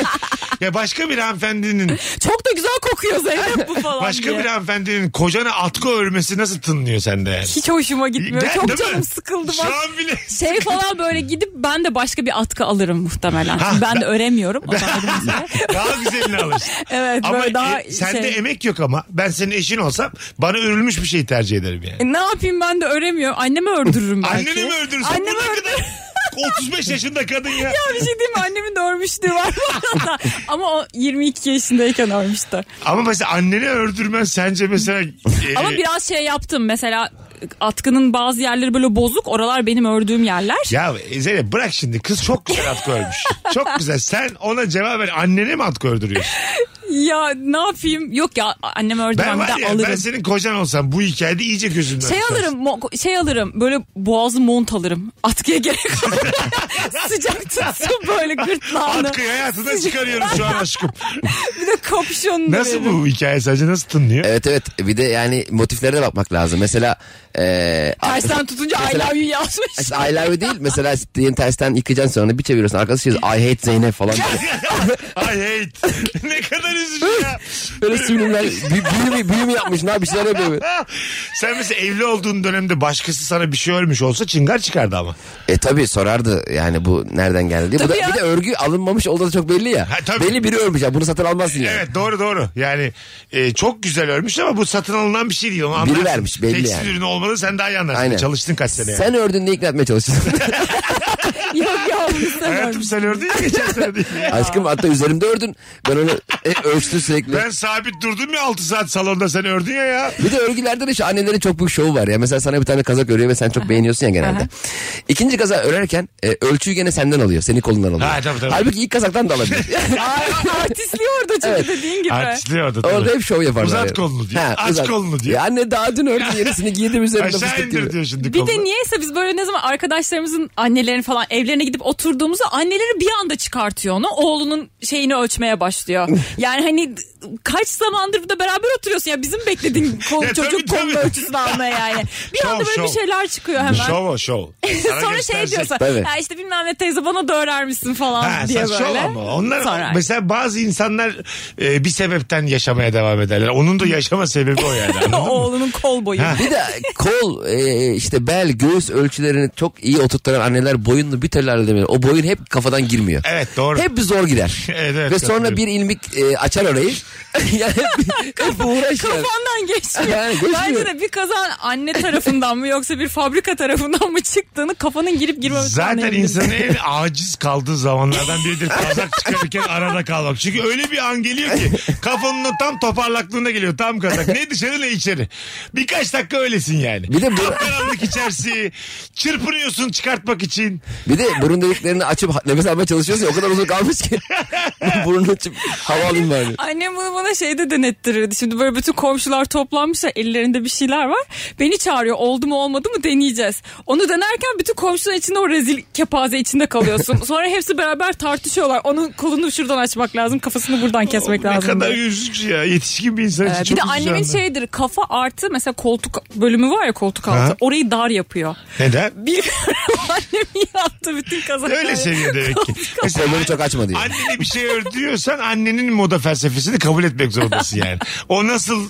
B: Ya başka bir hanımefendinin
C: Çok da güzel kokuyor Zeynep bu falan
B: başka
C: diye.
B: bir hanımefendinin kocana atkı örmesi nasıl tınlıyor sende yani?
C: Hiç hoşuma gitmiyor.
B: Gel,
C: Çok
B: değil mi?
C: canım sıkıldı
B: Şu
C: bak.
B: an bile
C: Şey falan böyle gidip ben de başka bir atkı alırım muhtemelen.
B: Ha,
C: Çünkü ben de öremiyorum. O da ayrı mesele.
B: daha güzelini alırsın.
C: Evet,
B: ama
C: böyle daha
B: e, sende
C: şey-
B: emek yok ama ben senin eşin olsam bana örülmüş bir şey tercih ederim yani.
C: E, ne yapayım ben de öremiyorum. Anneme ördürürüm belki.
B: Anneni mi öldürürsün?
C: Anneme
B: Buna
C: ördürürüm.
B: kadar 35 yaşında kadın ya.
C: Ya bir şey diyeyim mi? Annemin de örmüşlüğü var bu arada. Ama o 22 yaşındayken örmüştü.
B: Ama mesela anneni öldürmen sence mesela... e,
C: Ama biraz şey yaptım. Mesela e, atkının bazı yerleri böyle bozuk. Oralar benim ördüğüm yerler.
B: Ya Zeynep bırak şimdi kız çok güzel atkı örmüş. çok güzel. Sen ona cevap ver. Annene mi atkı ördürüyorsun?
C: Ya ne yapayım? Yok ya annem ördü
B: Ben
C: ben,
B: var
C: de
B: ya ben
C: alırım.
B: senin kocan olsam bu hikayede iyice gözümden
C: Şey
B: tutarsın.
C: alırım, mo- şey alırım. Böyle boğazlı mont alırım. Atkıya gerek yok. Sıcak tutsun böyle gırtlağını.
B: Atkıyı hayatından çıkarıyoruz şu an aşkım.
C: Bir de kapşonunu
B: Nasıl
C: veririm.
B: bu hikaye sence nasıl tınlıyor?
D: Evet evet bir de yani motiflere de bakmak lazım. Mesela e,
C: Tersten tutunca I
D: Mesela-
C: love you yazmış.
D: I love you değil mesela yeni tersten yıkayacaksın sonra bir çeviriyorsun arkası şey I hate Zeynep falan.
B: Ay hate. ne kadar üzücü ya.
D: Böyle sümrümler büyü, mü- büyü mü yapmış ne yapmışlar yapıyor.
B: Sen mesela evli olduğun dönemde başkası sana bir şey örmüş olsa çıngar çıkardı ama.
D: E tabi sorardı yani bu nereden geldi diye. Bu da,
C: Tabii ya.
D: bir de örgü alınmamış olduğu da çok belli ya.
B: Ha, tabii.
D: belli biri örmüş ya bunu satın almazsın yani.
B: Evet doğru doğru. Yani e, çok güzel örmüş ama bu satın alınan bir şey değil. Onu anlarsın.
D: vermiş, belli
B: Tekstil
D: yani.
B: ürünü olmadı sen daha iyi anlarsın.
D: Aynen.
B: Çalıştın kaç sene yani.
D: Sen ördün diye ikna etmeye çalışıyorsun.
C: yok ya bunu sen
B: Hayatım
C: ör.
B: sen ördün ya geçen sene değil.
D: Aşkım hatta üzerimde ördün. Ben onu e, ölçtüm sürekli.
B: Ben sabit durdum ya 6 saat salonda sen ördün ya ya.
D: Bir de örgülerde de şu annelerin çok büyük şovu var ya. Mesela sana bir tane kazak örüyor ve sen çok beğeniyorsun ya genelde. İkinci kazağı örerken e, ölçüyü gene senden alıyor. Senin kolundan alıyor.
B: Ha, tabii, tabii.
D: Halbuki ilk kazaktan da alabilir.
C: Ay, Artistliği orada çünkü dediğin gibi.
B: Artistliği orada tabii.
D: Orada hep şov yaparlar.
B: Uzat
D: yani.
B: kolunu diyor. Aç kolunu diyor.
D: Ya anne daha dün ördün yenisini giydim üzerinde
B: Aşağı
D: fıstık
B: indir
D: gibi.
B: diyor şimdi
C: Bir
B: kolunu.
C: de niyeyse biz böyle ne zaman arkadaşlarımızın annelerin falan evlerine gidip oturduğumuzda anneleri bir anda çıkartıyor onu. Oğlunun şeyini ölçmeye başlıyor. Yani hani kaç zamandır burada beraber oturuyorsun ya bizim beklediğin kol,
B: Ya tabii,
C: çocuk kolun
B: tabii.
C: ölçüsünü almaya yani. Bir
B: Şov,
C: anda böyle
B: şov.
C: bir şeyler çıkıyor hemen.
B: Şov o şov. Sana
C: Sonra şey
B: göstersek-
C: diyorsa
D: Tabii.
C: ya işte bilmem ne teyze bana da örermişsin falan
B: Ha,
C: diye
B: sen şov
C: böyle.
B: ama. Onlar
C: Sonra-
B: mesela bazı insanlar e, bir sebepten yaşamaya devam ederler. Onun da yaşama sebebi o yani. anladın mı?
C: Oğlunun kol boyu.
B: Ha.
D: Bir de kol, e, işte bel, göğüs ölçülerini çok iyi oturtturan anneler boyunlu bir türlü halledemiyor. O boyun hep kafadan girmiyor.
B: Evet doğru.
D: Hep zor gider.
B: Evet, evet,
D: Ve sonra
B: katılıyorum.
D: bir ilmik e, açar orayı. yani hep, hep uğraş
B: Şey,
D: yani.
C: Kafandan geçmiyor.
D: Yani geçmiyor.
C: Bence de bir kazan anne tarafından mı yoksa bir fabrika tarafından mı çıktığını kafanın girip girmemesi
B: Zaten
C: anlayabilirim.
B: insanın en aciz kaldığı zamanlardan biridir kazak çıkarırken arada kalmak. Çünkü öyle bir an geliyor ki kafanın tam toparlaklığına geliyor tam kazak. Ne dışarı ne içeri. Birkaç dakika öylesin yani.
D: Bir de bu-
B: Karanlık içerisi çırpınıyorsun çıkartmak için.
D: Bir de burun deliklerini açıp ha- nefes almaya çalışıyorsun ya, o kadar uzun kalmış ki. Burnunu açıp hava alayım bari.
C: Annem bunu bana şeyde denettirirdi. Şimdi böyle bütün komşular toplanmışlar. Ellerinde bir şeyler var. Beni çağırıyor. Oldu mu olmadı mı deneyeceğiz. Onu denerken bütün komşular içinde o rezil kepaze içinde kalıyorsun. Sonra hepsi beraber tartışıyorlar. Onun kolunu şuradan açmak lazım. Kafasını buradan kesmek
B: ne
C: lazım.
B: kadar
C: diye.
B: üzücü ya. Yetişkin bir insan için çok
C: Ee, bir de
B: üzücü
C: annemin
B: anlar.
C: şeydir kafa artı mesela koltuk bölümü var ya koltuk altı
B: Ha.
C: orayı dar yapıyor.
B: Neden?
C: Bilmiyorum annem yaptı bütün kazakları.
B: Öyle şey. seviyor demek ki. Mesela
D: Kolları çok açma diyor.
B: Annene bir şey ördürüyorsan annenin moda felsefesini kabul etmek zorundasın yani. O nasıl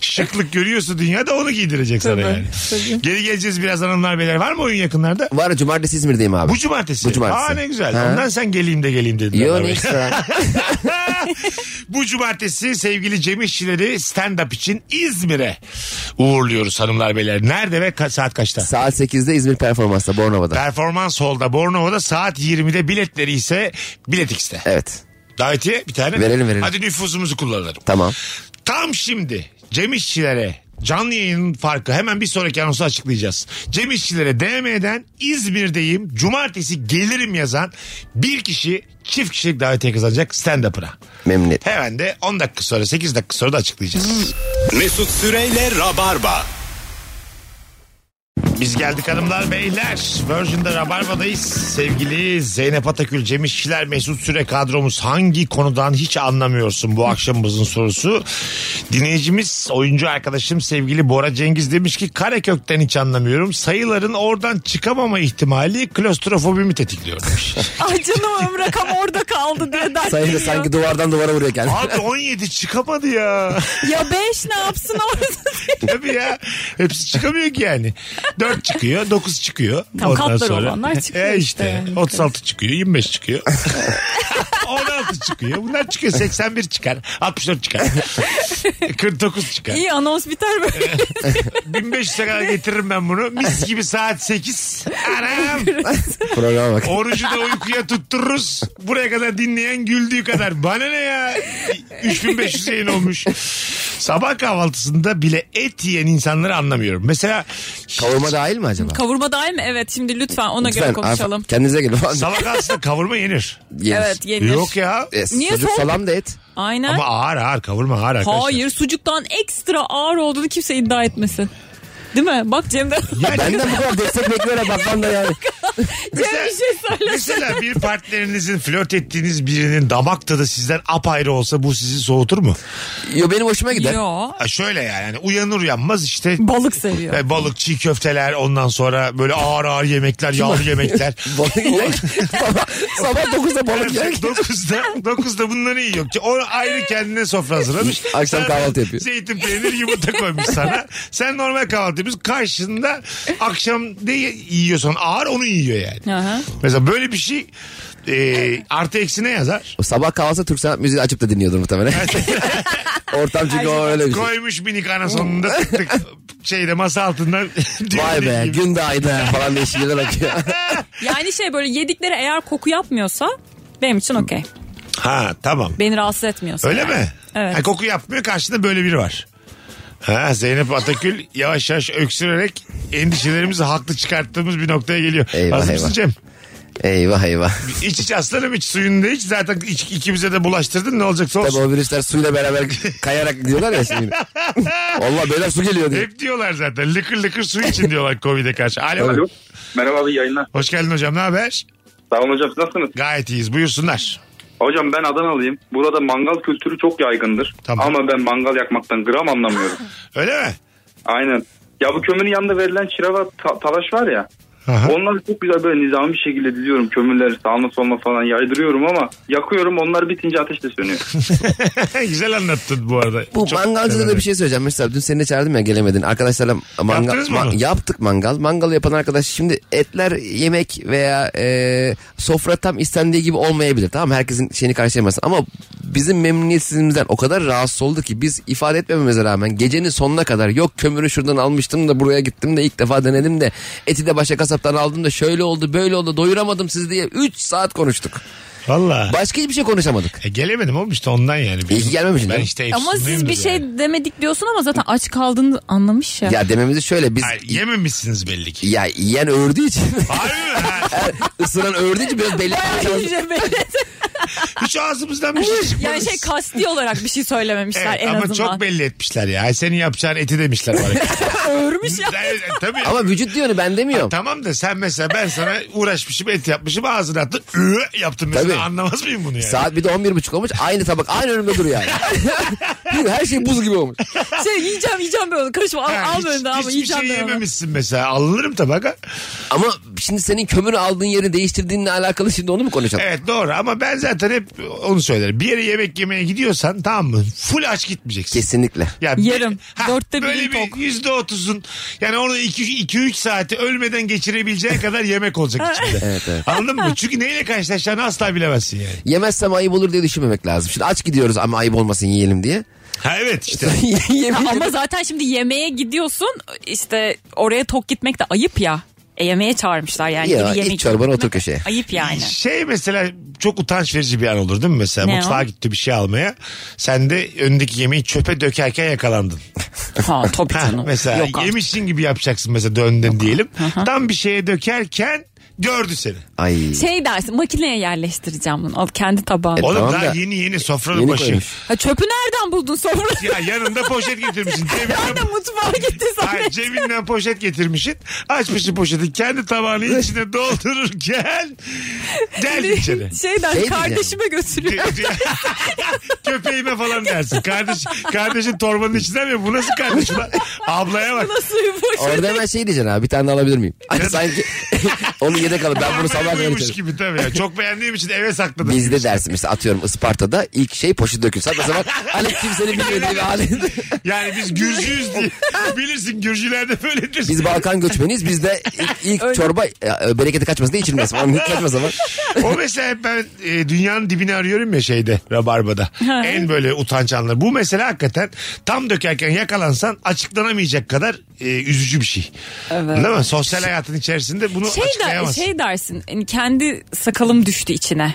B: şıklık görüyorsa dünyada onu giydirecek sana
C: Tabii,
B: yani.
C: tabii.
B: Geri geleceğiz biraz hanımlar beyler. Var mı oyun yakınlarda?
D: Var ya, cumartesi İzmir'deyim abi.
B: Bu cumartesi.
D: Bu cumartesi.
B: Aa ne güzel.
D: Ha.
B: Ondan sen geleyim de geleyim dedin.
D: Yo
B: Hanımlar
D: ne
B: beyler.
D: ekstra.
B: Bu cumartesi sevgili Cem İşçileri stand-up için İzmir'e uğurluyoruz hanımlar beyler. Nerede ve ka- saat kaçta?
D: Saat 8'de İzmir performansta Bornova'da.
B: Performans Hall'da Bornova'da saat 20'de biletleri ise Bilet X'te.
D: Evet.
B: Davetiye bir tane.
D: Verelim, verelim.
B: Hadi nüfuzumuzu kullanalım.
D: Tamam.
B: Tam şimdi Cem İşçilere canlı yayının farkı hemen bir sonraki anonsu açıklayacağız. Cem İşçilere DM'den İzmir'deyim cumartesi gelirim yazan bir kişi çift kişilik davetiye kazanacak stand-up'ına.
D: Memnuniyet.
B: Hemen de 10 dakika sonra 8 dakika sonra da açıklayacağız.
A: Mesut Süreyle Rabarba.
B: Biz geldik hanımlar beyler. Virgin'de Rabarba'dayız. Sevgili Zeynep Atakül, Cem İşçiler, Mesut Süre kadromuz hangi konudan hiç anlamıyorsun bu akşamımızın sorusu. Dinleyicimiz, oyuncu arkadaşım sevgili Bora Cengiz demiş ki Karakök'ten hiç anlamıyorum. Sayıların oradan çıkamama ihtimali klostrofobimi tetikliyor demiş.
C: Ay canım ömür rakam orada kaldı diye dert
D: Sayın
C: ediyor.
D: sanki duvardan duvara vuruyor kendini.
B: Abi 17 çıkamadı ya.
C: Ya beş ne yapsın orada
B: Tabii ya. Hepsi çıkamıyor ki yani. 4 çıkıyor, 9 çıkıyor.
C: Tam katları olanlar çıkıyor
B: E
C: işte.
B: işte. 36 çıkıyor, 25 çıkıyor. 16 çıkıyor. Bunlar çıkıyor. 81 çıkar. 64 çıkar. 49 çıkar.
C: İyi anons biter böyle.
B: 1500'e kadar getiririm ben bunu. Mis gibi saat 8. Anam.
D: Programa bak.
B: Orucu da uykuya tuttururuz. Buraya kadar dinleyen güldüğü kadar. Bana ne ya? 3500 yayın olmuş. Sabah kahvaltısında bile et yiyen insanları anlamıyorum. Mesela
D: Kavurma dahil mi acaba?
C: Kavurma dahil mi? Evet şimdi lütfen ona
D: Lütfen,
C: göre konuşalım.
D: af- Kendinize gelin.
B: sabah kahvaltısında kavurma yenir.
D: Yenir.
C: Evet yenir.
B: Yok ya.
D: E,
C: Niye
D: sucuk,
C: soğuk?
D: salam da et.
C: Aynen.
B: Ama ağır ağır kavurma ağır arkadaşlar.
C: Hayır sucuktan ekstra ağır olduğunu kimse iddia etmesin. Değil mi? Bak Cem'de
B: Yani-
D: Benden bu kadar destek bekliyorlar bakmam da yani.
C: Cem bir şey söyle.
B: Mesela bir partnerinizin flört ettiğiniz birinin damak tadı sizden apayrı olsa bu sizi soğutur mu?
D: Yo benim hoşuma gider.
C: Yo.
B: Ha şöyle yani hani uyanır uyanmaz işte
C: Balık seviyor.
B: e, balık, çiğ köfteler ondan sonra böyle ağır ağır yemekler, yağlı yemekler.
D: Balık yer. sabah, sabah 9'da balık yer.
B: 9'da 9'da bunları yiyor. O ayrı kendine sofra hazırlamış.
D: Akşam
B: Sen
D: kahvaltı yapıyor.
B: Zeytin peynir yumurta koymuş sana. Sen normal kahvaltı yapıyorsun. Karşında akşam ne yiyorsan ağır onu yiyor yani.
C: Aha.
B: Mesela böyle bir şey e, artı eksine yazar.
D: O sabah kalsa Türk sanat müziği açıp da dinliyordur muhtemelen. Ortam çünkü o öyle bir şey.
B: Koymuş minik anasonunda tık tık şeyde masa altında.
D: Vay be
B: Gibi.
D: gün de ayda falan diye şiirler akıyor.
C: Yani şey böyle yedikleri eğer koku yapmıyorsa benim için okey.
B: Ha tamam.
C: Beni rahatsız etmiyorsa.
B: Öyle
C: yani.
B: mi?
C: Evet.
B: Ha, koku yapmıyor karşında böyle biri var. Ha, Zeynep Atakül yavaş yavaş öksürerek endişelerimizi haklı çıkarttığımız bir noktaya geliyor.
D: Eyvah,
B: Hazır mısın
D: eyvah.
B: Cem?
D: eyvah eyvah.
B: İç iç aslanım iç suyunu da iç. Zaten iç, ikimize de bulaştırdın ne olacaksa
D: Tabii
B: olsun.
D: o virüsler suyla beraber kayarak diyorlar ya şimdi. Valla beyler su geliyor diye.
B: Hep diyorlar zaten lıkır lıkır su için diyorlar Covid'e karşı. Alo.
D: Alo.
H: Merhaba abi yayınlar.
B: Hoş geldin hocam ne haber?
H: Sağ olun hocam siz nasılsınız?
B: Gayet iyiyiz buyursunlar.
H: Hocam ben Adanalıyım. Burada mangal kültürü çok yaygındır.
B: Tamam.
H: Ama ben mangal yakmaktan gram anlamıyorum.
B: Öyle mi?
H: Aynen. Ya bu kömürün yanında verilen çırava ta- talaş var ya.
B: Aha.
H: Onları çok güzel böyle nizami bir şekilde diziyorum. Kömürleri sağına soluna falan yaydırıyorum ama yakıyorum onlar bitince ateş de sönüyor.
B: Güzel anlattın bu arada.
D: Bu
B: Çok
D: mangalcıda da
B: severim.
D: bir şey söyleyeceğim. Mesela dün seni de çağırdım ya gelemedin. Arkadaşlarla mangal
B: Yaptınız mı
D: ma-
B: bunu?
D: yaptık mangal. Mangalı yapan arkadaş şimdi etler yemek veya e, sofra tam istendiği gibi olmayabilir. Tamam mı? herkesin şeyini karşılayamazsın ama bizim memnuniyetsizliğimizden o kadar rahatsız oldu ki biz ifade etmememize rağmen gecenin sonuna kadar yok kömürü şuradan almıştım da buraya gittim de ilk defa denedim de eti de başka kasaptan aldım da şöyle oldu böyle oldu doyuramadım siz diye 3 saat konuştuk.
B: Valla.
D: Başka hiçbir şey konuşamadık.
B: E, gelemedim oğlum işte ondan yani.
D: İyi ki gelmemişsin
B: Ben
D: canım.
B: işte
C: Ama siz
B: efsunluyum
C: bir
B: da
C: şey
B: böyle.
C: demedik diyorsun ama zaten aç kaldığını anlamış ya.
D: Ya dememizi şöyle biz
B: Ay, yememişsiniz belli ki.
D: ya yiyen ördüğü için
B: Harbi mi? Ha,
D: Isıran ördüğü için biraz belli.
B: Hiç ağzımızdan bir şey çıkmadı.
C: yani şey kasti olarak bir şey söylememişler
B: Evet,
C: en
B: ama
C: azından.
B: çok belli etmişler ya. Ay, Senin yapacağın eti demişler bana.
C: Örmüş ya.
B: Evet, Tabii.
D: Ama vücut diyor onu ben demiyorum.
B: Tamam da sen mesela ben sana uğraşmışım et yapmışım ağzına attın ıı yaptım mesela
D: Tabii.
B: anlamaz mıyım bunu yani?
D: Saat bir de 11.30 olmuş. Aynı tabak aynı önümde duruyor yani. Değil mi? Her şey buz gibi olmuş.
C: Şey yiyeceğim yiyeceğim böyle karışma
B: Ha,
C: al, al
B: hiç-
C: böyle ama
B: Hiçbir
C: yiyeceğim
B: şey
C: ben onu.
B: yememişsin mesela alınırım tabaka.
D: Ama şimdi senin kömürü aldığın yeri değiştirdiğinle alakalı şimdi onu mu konuşalım?
B: Evet doğru ama ben zaten hep onu söylerim. Bir yere yemek yemeye gidiyorsan tamam mı full aç gitmeyeceksin.
D: Kesinlikle.
B: Ya
C: Yarım. Dörtte
B: böyle
C: birin tok.
B: Yüzde otuzun yani onu iki, iki üç saati ölmeden geçirebileceğin kadar yemek olacak içinde.
D: Evet, evet.
B: Anladın mı? Çünkü neyle karşılaşacağını asla bilemezsin yani.
D: Yemezsem ayıp olur diye düşünmemek lazım. Şimdi aç gidiyoruz ama ayıp olmasın yiyelim diye.
B: Ha evet işte.
C: Ha,
D: Yemin-
C: ama zaten şimdi yemeğe gidiyorsun işte oraya tok gitmek de ayıp ya. E yemeğe çağırmışlar yani.
D: Ya,
C: Gidip
D: iç
C: yemek
D: çorbanı
C: yemek
D: otur köşeye.
C: Ayıp yani.
B: Şey mesela çok utanç verici bir an olur değil mi mesela?
C: Ne
B: Mutfağa
C: o?
B: gitti bir şey almaya. Sen de önündeki yemeği çöpe dökerken yakalandın.
C: ha tabii
B: Ha,
C: canım.
B: mesela
C: Yok artık.
B: yemişsin gibi yapacaksın mesela döndün diyelim. Tam bir şeye dökerken gördü seni.
D: Ay.
C: Şey dersin makineye yerleştireceğim bunu. Al kendi tabağına.
B: Oğlum
D: E, tamam
B: daha
D: da-
B: yeni yeni sofranın
D: Yeni
B: başı.
D: koymuş.
C: Ha çöpü nereden buldun sonra?
B: Ya yanında poşet getirmişsin.
C: ben de
B: Cebinde,
C: mutfağa gitti
B: Ay,
C: sonra.
B: cebinden poşet getirmişsin. Açmışsın poşeti. Kendi tabağını içine doldururken gel içeri.
C: Şey der
D: diyeceğim.
C: kardeşime götürüyor.
B: Köpeğime falan dersin. Kardeş, kardeşin torbanın içinden mi? Bu nasıl kardeş lan? Ablaya bak.
C: Nasıl bir boş.
D: Orada hemen şey diyeceksin abi bir tane daha alabilir miyim? Ay, sanki onu yedek alıp ben bunu sabah
B: Koymuş
D: yiyeceğim.
B: gibi tabii ya. Çok beğendiğim için eve sakladım.
D: Bizde dersin mesela atıyorum Isparta'da ilk şey poşet dökülse. Mesela hani kimsenin bilmediği bir halinde.
B: Yani biz Gürcüyüz diye. Bilirsin Bizim Gürcüler de böyledir.
D: Biz Balkan göçmeniyiz. Bizde ilk, ilk
C: Öyle.
D: çorba e, e, bereketi kaçmasın diye içilmez. Onun hiç kaçmaz ama.
B: o mesela hep ben e, dünyanın dibini arıyorum ya şeyde Rabarba'da. en böyle utanç anları. Bu mesela hakikaten tam dökerken yakalansan açıklanamayacak kadar e, üzücü bir şey.
C: Evet.
B: Değil mi? Sosyal hayatın içerisinde bunu
C: Şey, der,
B: açıklayamazsın.
C: şey dersin yani kendi sakalım düştü içine.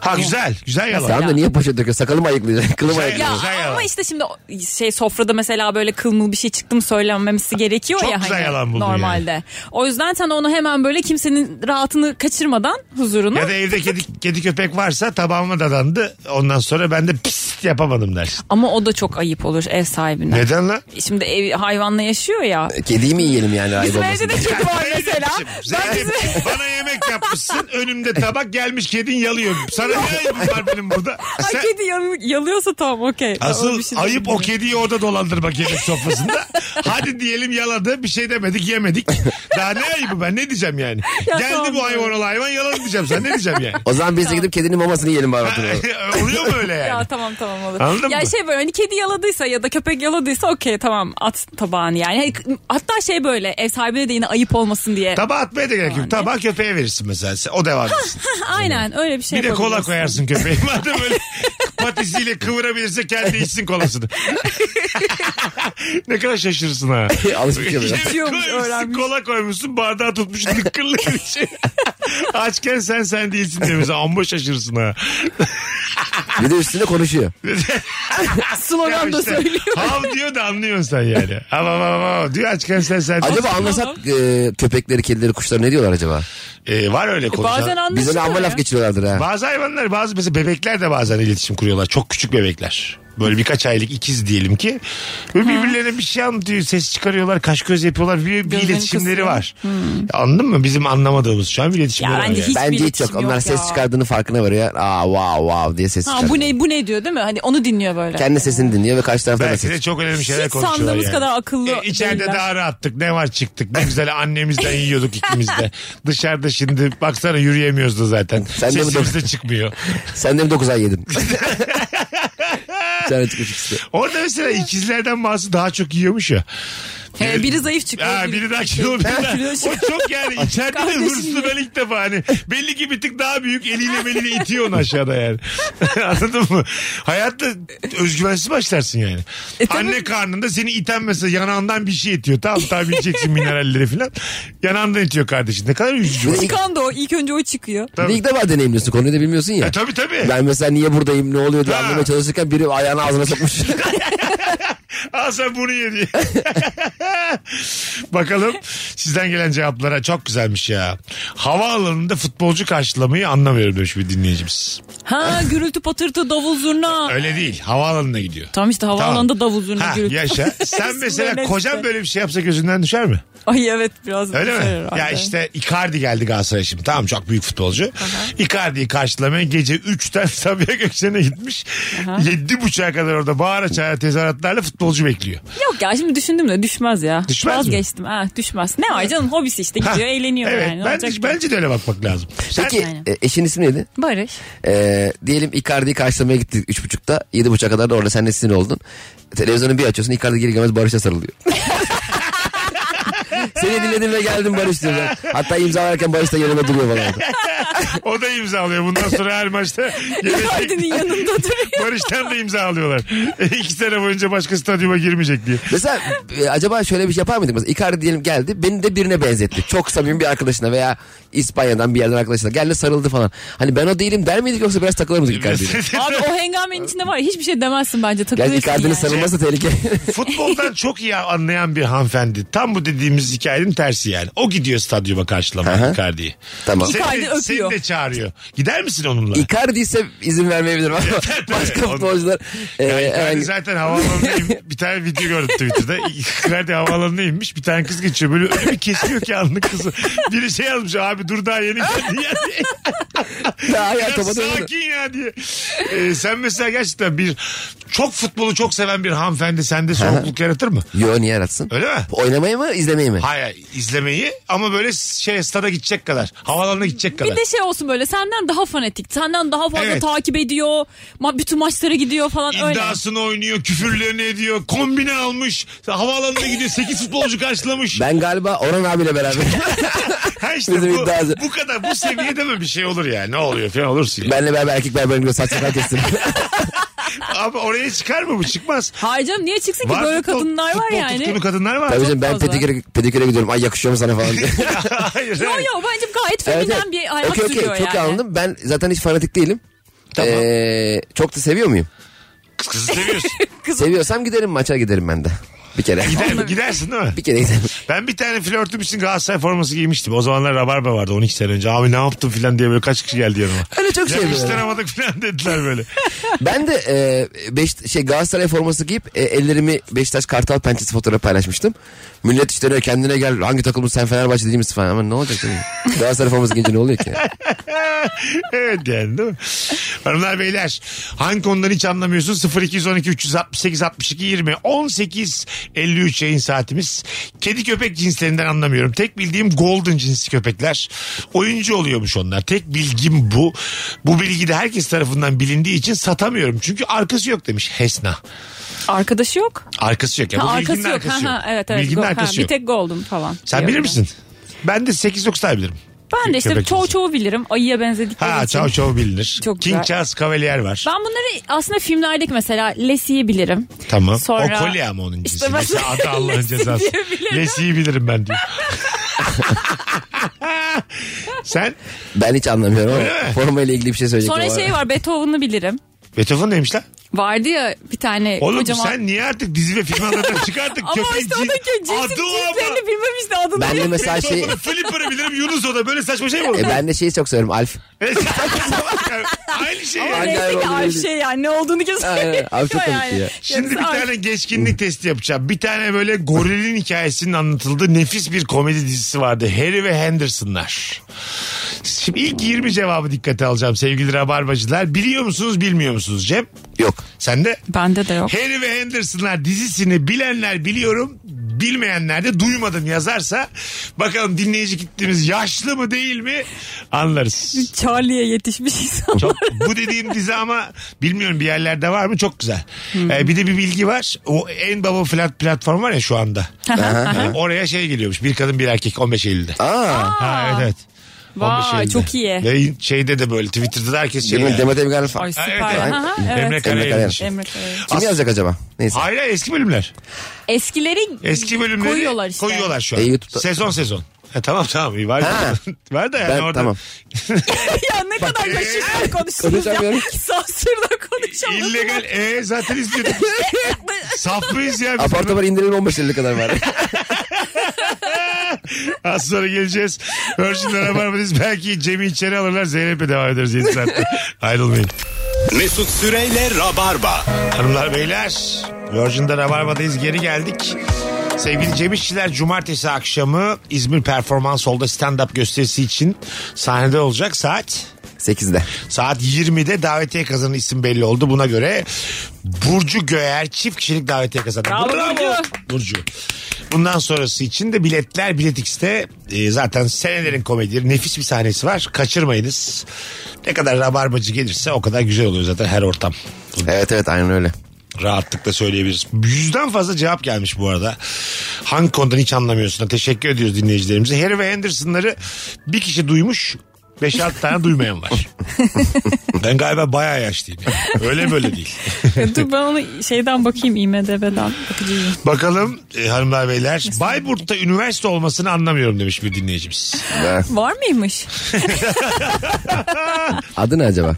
B: ha güzel. Güzel yalan.
D: Tamam da niye poşet döküyor? Sakalımı ayıklayacak. Kılımı
B: Güzel
D: ayıklayacak.
C: Ya
B: Güzel yalan.
C: ama işte şimdi o- şey sofrada mesela böyle kılmıl bir şey çıktı mı söylenmemesi gerekiyor
B: Çok
C: ya
B: güzel
C: hani
B: yalan buldun
C: normalde. O yüzden sen onu hemen böyle kimsenin rahatını kaçırmadan huzurunu.
B: Ya da evde kedi, kedi köpek varsa tabağıma dadandı. Ondan sonra ben de pis yapamadım dersin.
C: Ama o da çok ayıp olur ev sahibine.
B: Neden lan?
C: Şimdi ev hayvanla yaşıyor ya.
D: Kediyi mi yiyelim yani ayıp
C: Bizim
D: olmasın?
C: evde de kedi var mesela.
B: Zeynep'ciğim,
C: Ben
B: Zeynep,
C: bizim
B: bana yemek yapmışsın önümde tabak gelmiş kedin yalıyor. Sana ne ayıp var benim burada?
C: Ay
B: Sen-
C: kedi yalı- yalıyorsa tamam okey. Ben ona
B: Asıl
C: bir şey
B: ayıp o
C: demiyorum.
B: kediyi orada dolandırmak yemek sofrasında. Hadi diyelim yaladı bir şey demedik yemedik. Daha ne ayıbı ben ne diyeceğim yani.
C: Ya
B: Geldi
C: tamam.
B: bu hayvan oralı hayvan yaladı diyeceğim sen ne diyeceğim yani. e,
D: O zaman biz de gidip kedinin mamasını yiyelim bari. oturalım.
B: Oluyor mu öyle yani?
C: Ya tamam tamam olur.
B: Anladın
C: ya
B: mı?
C: şey böyle hani kedi yaladıysa ya da köpek yaladıysa okey tamam at tabağını yani. Hani Hatta şey böyle ev sahibine de yine ayıp olmasın diye.
B: Tabağa atmaya da gerek
C: Yani.
B: yok. Tabağı köpeğe verirsin mesela. Sen- O devam etsin.
C: Aynen öyle bir şey
B: Bir de kola
C: yapabiliriz.
B: koyarsın köpeğe. Madem öyle patisiyle kıvırabilirse kendi içsin kolasını. ne kadar şaşırırsın ha.
D: Alışmış yapıyor.
C: İçiyormuş,
B: koymuşsun,
C: öğrenmiş.
B: kola koymuşsun bardağı tutmuşsun lıkkırlı bir şey. Açken sen sen değilsin diye mesela amma şaşırırsın ha.
D: Bir de üstünde konuşuyor.
C: Slogan da
B: İşte,
C: söylüyor.
B: Hav diyor da anlıyorsun sen yani. Hav hav hav hav diyor açken sen sen.
D: Acaba anlasak e, köpekleri, kedileri, kuşları ne diyorlar acaba?
B: Ee, var öyle konuşan.
C: Bazen
D: Biz öyle
C: anlaşılıyor
D: amma
C: ya.
D: laf geçiriyorlardır ha.
B: Bazı hayvanlar bazı mesela bebekler de bazen iletişim kuruyorlar. Çok küçük bebekler. Böyle birkaç aylık ikiz diyelim ki. Böyle birbirlerine bir şey anlatıyor. Ses çıkarıyorlar. Kaş göz yapıyorlar. Bir, bir
C: Gözlerini
B: iletişimleri
C: kısıyor.
B: var. Anladın mı? Bizim anlamadığımız şu an bir iletişimleri
C: Ya
B: var.
C: bence
B: yani.
C: hiç
D: Bence
C: bir
D: hiç yok.
C: iletişim
D: Onlar
C: yok
D: ses
C: ya.
D: çıkardığını farkına varıyor. Aa wow wow diye ses
C: Ha,
D: çıkarıyor.
C: bu ne bu ne diyor değil mi? Hani onu dinliyor böyle.
D: Kendi sesini dinliyor ve karşı tarafta da
B: Belki
D: ses.
B: de çok önemli şeyler
C: Hiç
B: konuşuyorlar
C: sandığımız
B: yani.
C: kadar akıllı
B: E, içeride
C: değiller.
B: daha rahattık. Ne var çıktık. Ne güzel annemizden yiyorduk ikimiz de. Dışarıda şimdi baksana yürüyemiyoruz da zaten.
D: Sen de mi
B: Sesimiz de çıkmıyor.
D: Sen de mi 9 ay yedin? Sen çıkmış ikisi. de.
B: Orada mesela ikizlerden bazı daha çok yiyormuş ya.
C: He, biri zayıf çıkıyor.
B: Ha,
C: biri-
B: biri daha kilo biri daha.
C: kilo çıkıyor.
B: O çok yani içeride de
C: şey Kardeşim
B: hırslı ben ilk defa hani. Belli ki bir tık daha büyük eliyle beliyle itiyor onu aşağıda yani. Anladın mı? Hayatta özgüvensiz başlarsın yani.
C: E, tabii.
B: Anne karnında seni iten mesela yanağından bir şey itiyor. Tamam tamam bileceksin mineralleri falan. Yanağından itiyor kardeşin. Ne kadar üzücü.
D: Bir de ilk-
C: Çıkan da o. İlk önce o çıkıyor.
D: bir de ilk defa deneyimliyorsun. Konuyu da bilmiyorsun ya.
B: E, tabii tabii.
D: Ben mesela niye buradayım ne oluyor diye
B: Ha.
D: anlamaya çalışırken biri ayağını ağzına sokmuş.
B: Al sen bunu ye diye. Bakalım sizden gelen cevaplara çok güzelmiş ya. Havaalanında futbolcu karşılamayı anlamıyorum demiş bir dinleyicimiz.
C: Ha gürültü patırtı davul zurna.
B: Öyle değil havaalanına gidiyor.
C: Tamam işte havaalanında
B: Tamam.
C: davul zurna
B: Ha,
C: gürültü.
B: yaşa. Sen
C: Hepsi
B: mesela
C: böyle
B: kocan
C: işte.
B: böyle bir şey yapsa gözünden düşer mi?
C: Ay evet biraz. şey
B: Öyle mi?
C: düşer
B: Ya
C: herhalde.
B: işte Icardi geldi Galatasaray'a şimdi. Tamam çok büyük futbolcu. Icardi'yi karşılamaya gece 3'ten Sabiha Gökçen'e gitmiş. 7.30'a kadar orada bağıra çağıra tezahüratlarla futbolcu bekliyor.
C: Yok ya şimdi düşündüm de düşmez ya.
B: Düşmez mi?
C: Vazgeçtim. Ha, düşmez. Ne var canım hobisi işte gidiyor
B: Ha,
C: eğleniyor
B: evet,
C: yani.
B: Bence,
C: Olacak ki.
B: bence de öyle bakmak lazım. Sen-
D: Peki
C: Aynen.
D: e, eşin ismi neydi?
C: Barış.
D: E, diyelim Icardi'yi karşılamaya gittik 3.30'da. 7.30'a kadar da orada sen de sinir oldun. Televizyonu bir açıyorsun Icardi geri gelmez Barış'a sarılıyor. Seni dinledim ve geldim Barış diyor. Hatta imzalarken Barış da yanında duruyor falan.
B: o da imzalıyor. Bundan sonra her maçta gelecek
C: Hardinin yanında duruyor.
B: Barış'tan da imza alıyorlar. İki sene boyunca başka stadyuma girmeyecek diye.
D: Mesela e, acaba şöyle bir şey yapar mıydık? Mesela Icardi diyelim geldi beni de birine benzetti. Çok samimi bir arkadaşına veya İspanya'dan bir yerden arkadaşına geldi sarıldı falan. Hani ben o değilim der miydik yoksa biraz takılır mıydık Icardi'yle?
C: Abi o hengamenin içinde var ya hiçbı şey demezsin bence
D: Yani
C: takılırsın
D: Icardi'nin
C: yani.
D: sarılması tehlike.
B: Futboldan çok iyi anlayan bir hanımefendi. Tam bu dediğimiz hikayenin tersi yani. O gidiyor stadyuma karşılamaya
D: Aha.
B: Icardi'yi.
D: Tamam.
B: Seni de-
C: Icardi öpüyor.
B: Seni de çağırıyor. Gider misin onunla?
D: Icardi ise izin vermeyebilir ama başka
B: Onu-
D: futbolcular e,
B: Ya Icardi
D: herhangi-
B: zaten havaalanına in- bir tane video gördüm Twitter'da. Icardi havaalanına inmiş bir tane kız geçiyor böyle önümü kesiyor ki anlık kızı. Biri şey yazmış abi dur daha yeni geldi ya diye.
D: daha ya
B: Ya
D: topa dönmedi.
B: sakin ya diye. Ee, sen mesela gerçekten bir çok futbolu çok seven bir hanımefendi sende soğukluk yaratır mı?
D: Yo niye yaratsın?
B: Öyle mi?
D: Oynamayı mı izlemeyi mi?
B: Hayır baya izlemeyi ama böyle şey stada gidecek kadar. Havalanına gidecek kadar.
C: Bir de şey olsun böyle senden daha fanatik. Senden daha fazla
B: Evet.
C: takip ediyor. Ma bütün maçlara gidiyor falan şey öyle.
B: İddiasını oynuyor, küfürlerini ediyor, kombine almış, havaalanına gidiyor, 8 futbolcu karşılamış.
D: Ben galiba Orhan abiyle beraber.
B: ha işte
D: Bizim
B: bu,
D: iddiası.
B: bu kadar, bu seviyede mi bir şey olur ya? Ne oluyor falan olursun. ya.
D: Benle beraber erkek berberim gibi saç sakal kestim.
B: Abi oraya çıkar mı bu? Çıkmaz.
C: Hayır canım niye çıksın ki böyle
B: futbol-
C: kadınlar var
B: futbol
C: yani.
B: tutkunu kadınlar var.
D: Tabii
C: Çok
D: canım ben
C: fazla.
D: pediküre, pediküre gidiyorum. Ay yakışıyor mu sana falan diye.
B: Hayır.
C: Yo
B: hayır.
C: yo bence gayet feminen bir hayat
D: Okey, okey.
C: sürüyor
D: Çok iyi
C: yani.
D: anladım. Ben zaten hiç fanatik değilim.
B: Tamam.
D: Ee, çok da seviyor muyum?
B: Kız- Kızı seviyorsun.
D: Seviyorsam giderim maça giderim ben de. Bir kere.
B: Gider, gidersin değil mi?
D: bir kere giderim.
B: Ben bir tane flörtüm için Galatasaray forması giymiştim. O zamanlar rabarba vardı 12 sene önce. Abi ne yaptın filan diye böyle kaç kişi geldi yanıma.
D: Öyle çok şey. böyle.
B: Yakıştıramadık filan dediler böyle.
D: Ben de e, beş, şey Galatasaray forması giyip e, ellerimi Beşiktaş Kartal pençesi fotoğrafı paylaşmıştım. Millet işte öyle kendine gel hangi takımı sen Fenerbahçe değil misin falan. Ama ne olacak canım? Galatasaray forması giyince ne oluyor ki?
B: evet yani değil mi? Hanımlar beyler hangi konudan hiç anlamıyorsun 0212 368 62 20 18 53 yayın saatimiz. Kedi köpek cinslerinden anlamıyorum. Tek bildiğim golden cinsi köpekler. Oyuncu oluyormuş onlar. Tek bilgim bu. Bu bilgi de herkes tarafından bilindiği için satamıyorum. Çünkü arkası yok demiş Hesna.
C: Arkadaşı yok.
B: Arkası yok. Ya,
C: Ha,
B: bu
C: arkası
B: bilginin
C: yok.
B: arkası
C: ha,
B: yok.
C: ha, evet, evet,
B: Bilginin
C: Go- ha,
B: arkası
C: Bir
B: yok.
C: tek goldum falan.
B: Sen bilir
C: diyorum ben.
B: misin? Ben de 8-9 tane bilirim.
C: Ben de işte
B: Köpek
C: çoğu
B: cinsi.
C: çoğu bilirim. Ayıya benzedikleri
B: Ha
C: için.
B: çav çav bilinir.
C: Çok
B: King
C: güzel.
B: Charles Cavalier var.
C: Ben bunları aslında filmlerdeki mesela Lesi'yi bilirim.
B: Tamam.
C: Sonra-
B: O kolye ama onun cinsi.
C: İşte ben-
B: Mesela adı Allah'ın
C: Lesi
B: cezası.
C: diyebilirim.
B: Lesi'yi bilirim ben diyor. Sen
D: Ben hiç anlamıyorum ama formayla ilgili bir şey söyleyecek.
C: Sonra şey var Beethoven'ı bilirim.
B: Beethoven neymiş lan?
C: Vardı ya bir tane
B: Oğlum
C: kocaman.
B: sen niye artık dizi ve film anlatan çıkarttık?
C: Ama
B: Köpeğin
C: işte
B: cin-
C: onun cin, cinsi
B: Adı o ama.
C: cinslerini bilmem işte adını.
D: Ben de mesela şey...
B: Beethoven'ı Flipper'ı bilirim Yunus o da böyle saçma şey mi olur?
D: E ben de şeyi çok seviyorum Alf.
B: Yani Aynı şey
C: Ama
B: yani.
D: Ben de
C: neyse ki
D: onu
C: Alp
D: bilirim.
C: şey yani ne olduğunu
D: Aynen,
C: kesinlikle
D: Alp çok komik ya.
B: Şimdi bir
C: Yoksa Alp-
B: tane geçkinlik testi yapacağım. Bir tane böyle gorilin hikayesinin anlatıldığı nefis bir komedi dizisi vardı. Harry ve Henderson'lar. Şimdi ilk 20 cevabı dikkate alacağım sevgili rabarbacılar. Biliyor musunuz bilmiyor musunuz Cem?
D: Yok.
B: Sen de?
C: Bende de yok.
B: Harry ve Henderson'lar dizisini bilenler biliyorum bilmeyenler de duymadım yazarsa bakalım dinleyici gittiğimiz yaşlı mı değil mi anlarız.
C: Charlie'ye yetişmiş insan.
B: Çok, bu dediğim dizi ama bilmiyorum bir yerlerde var mı çok güzel.
C: Hmm.
B: Ee, bir de bir bilgi var. O en baba flat platform var ya şu anda. Ee, oraya şey geliyormuş. Bir kadın bir erkek 15 Eylül'de.
D: Aa.
B: Ha evet evet. 15
C: Vay
B: Eylül'de.
C: çok iyi.
B: Ve şeyde de böyle Twitter'da da herkes şey.
D: Şey
B: yani.
D: Demet Evgar falan.
C: Ay süper.
B: Evet, evet.
C: Ha, ha,
B: Emre
C: evet.
B: Karayel.
D: Karayel.
B: için.
C: Emre Karayel.
D: Kim yazacak acaba? Neyse.
B: Hayır hayır, eski bölümler.
C: Eskileri
B: Eski bölümleri
C: Hmm. koyuyorlar işte.
B: koyuyorlar şu an.
D: E, YouTube'da-
B: Sezon sezon. Ha, tamam tamam iyi var.
D: Ha.
B: var da yani
D: Ben-
B: orada.
D: tamam.
C: ya ne kadar yaşıklar konuştunuz
D: Konuşamıyorum.
C: ya. Sansürle konuşamadım.
B: İllegal e zaten izliyorduk. Saf mıyız ya? biz?
D: Apartman indirelim 15 Eylül'e kadar var.
B: Az sonra geleceğiz. Virgin'de Rabarba'dayız. Belki Cem'i içeri alırlar. Zeynep'le devam ederiz 7 saatte. Ayrılmayın.
A: Mesut Süreyle Rabarba.
B: Hanımlar beyler. Virgin'de Rabarba'dayız. Geri geldik. Sevgili Cem İşçiler cumartesi akşamı İzmir Performans Hall'da stand-up gösterisi için sahnede olacak saat
D: 8'de.
B: Saat 20'de davetiye kazanan isim belli oldu. Buna göre Burcu Göğer çift kişilik davetiye kazandı.
C: Bravo Burcu.
B: Burcu. Bundan sonrası için de biletler Bilet X'te e, zaten senelerin komedileri nefis bir sahnesi var. Kaçırmayınız. Ne kadar rabarbacı gelirse o kadar güzel oluyor zaten her ortam.
D: Evet evet aynen öyle.
B: Rahatlıkla söyleyebiliriz. Yüzden fazla cevap gelmiş bu arada. Hangi konudan hiç anlamıyorsun? Teşekkür ediyoruz dinleyicilerimize. Harry ve Henderson'ları bir kişi duymuş. 5-6 tane duymayan var. ben galiba bayağı yaşlıyım. yani. Öyle böyle değil.
C: Dur ben onu şeyden bakayım IMDB'den bakıcıyım.
B: Bakalım e, hanımlar beyler. Bayburt'ta üniversite olmasını anlamıyorum demiş bir dinleyicimiz.
C: Var mıymış?
D: Adı ne acaba?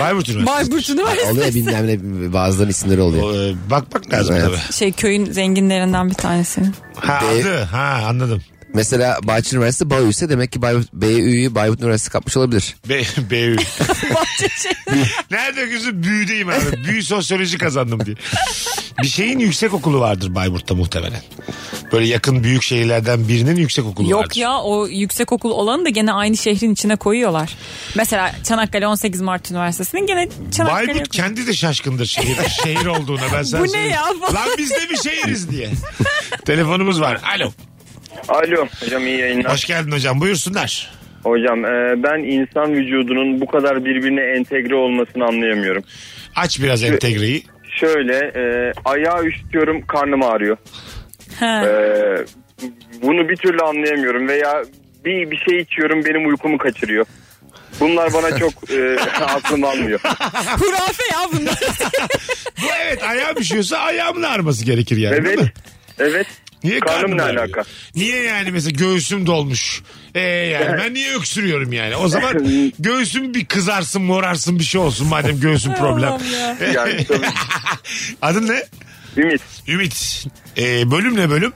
B: Bayburt Üniversitesi.
C: Bayburt Üniversitesi.
D: Oluyor bilmem ne bazıların isimleri oluyor.
B: O, e, Bakmak lazım
D: Evet.
B: tabii.
C: Şey köyün zenginlerinden bir tanesi.
B: Ha,
D: Dev-
B: adı. Ha anladım.
D: Mesela Bahçeli Üniversitesi Bağüyse demek ki Bayburt, BÜ'yü Bayburt Üniversitesi kapmış olabilir.
B: Be Beyu.
C: Bahçe şey.
B: Nerede gözüm büyüdeyim abi. Büyü sosyoloji kazandım diye. Bir şeyin yüksek okulu vardır Bayburt'ta muhtemelen. Böyle yakın büyük şehirlerden birinin yüksek okulu vardır.
C: Yok ya o yüksekokul olanı da gene aynı şehrin içine koyuyorlar. Mesela Çanakkale 18 Mart Üniversitesi'nin gene Çanakkale
B: Bayburt kendi de şaşkındır şehir, şehir olduğuna ben sana
C: Bu ne
B: söyleyeyim.
C: ya?
B: Lan biz de bir şehiriz diye. Telefonumuz var. Alo.
I: Alo hocam iyi yayınlar.
B: Hoş geldin hocam buyursunlar.
I: Hocam e, ben insan vücudunun bu kadar birbirine entegre olmasını anlayamıyorum.
B: Aç biraz entegreyi.
I: Şöyle e, ayağı üşütüyorum karnım ağrıyor.
C: Ha.
I: E, bunu bir türlü anlayamıyorum veya bir bir şey içiyorum benim uykumu kaçırıyor. Bunlar bana çok e, aklım almıyor.
C: Hurafe ya bunlar.
B: Bu evet ayağım üşüyorsa ayağımın ağrıması gerekir yani değil
I: Evet.
B: mi?
I: Evet.
B: Niye
I: Karnım ne
B: karnım ağrıyor?
I: alaka?
B: Niye yani mesela göğsüm dolmuş. Ee yani ben niye öksürüyorum yani? O zaman göğsüm bir kızarsın morarsın bir şey olsun madem göğsüm problem.
C: Allah'ım ya.
I: Yani tabii.
B: Adın ne?
I: Ümit
B: Ümit. Ee, bölüm ne bölüm?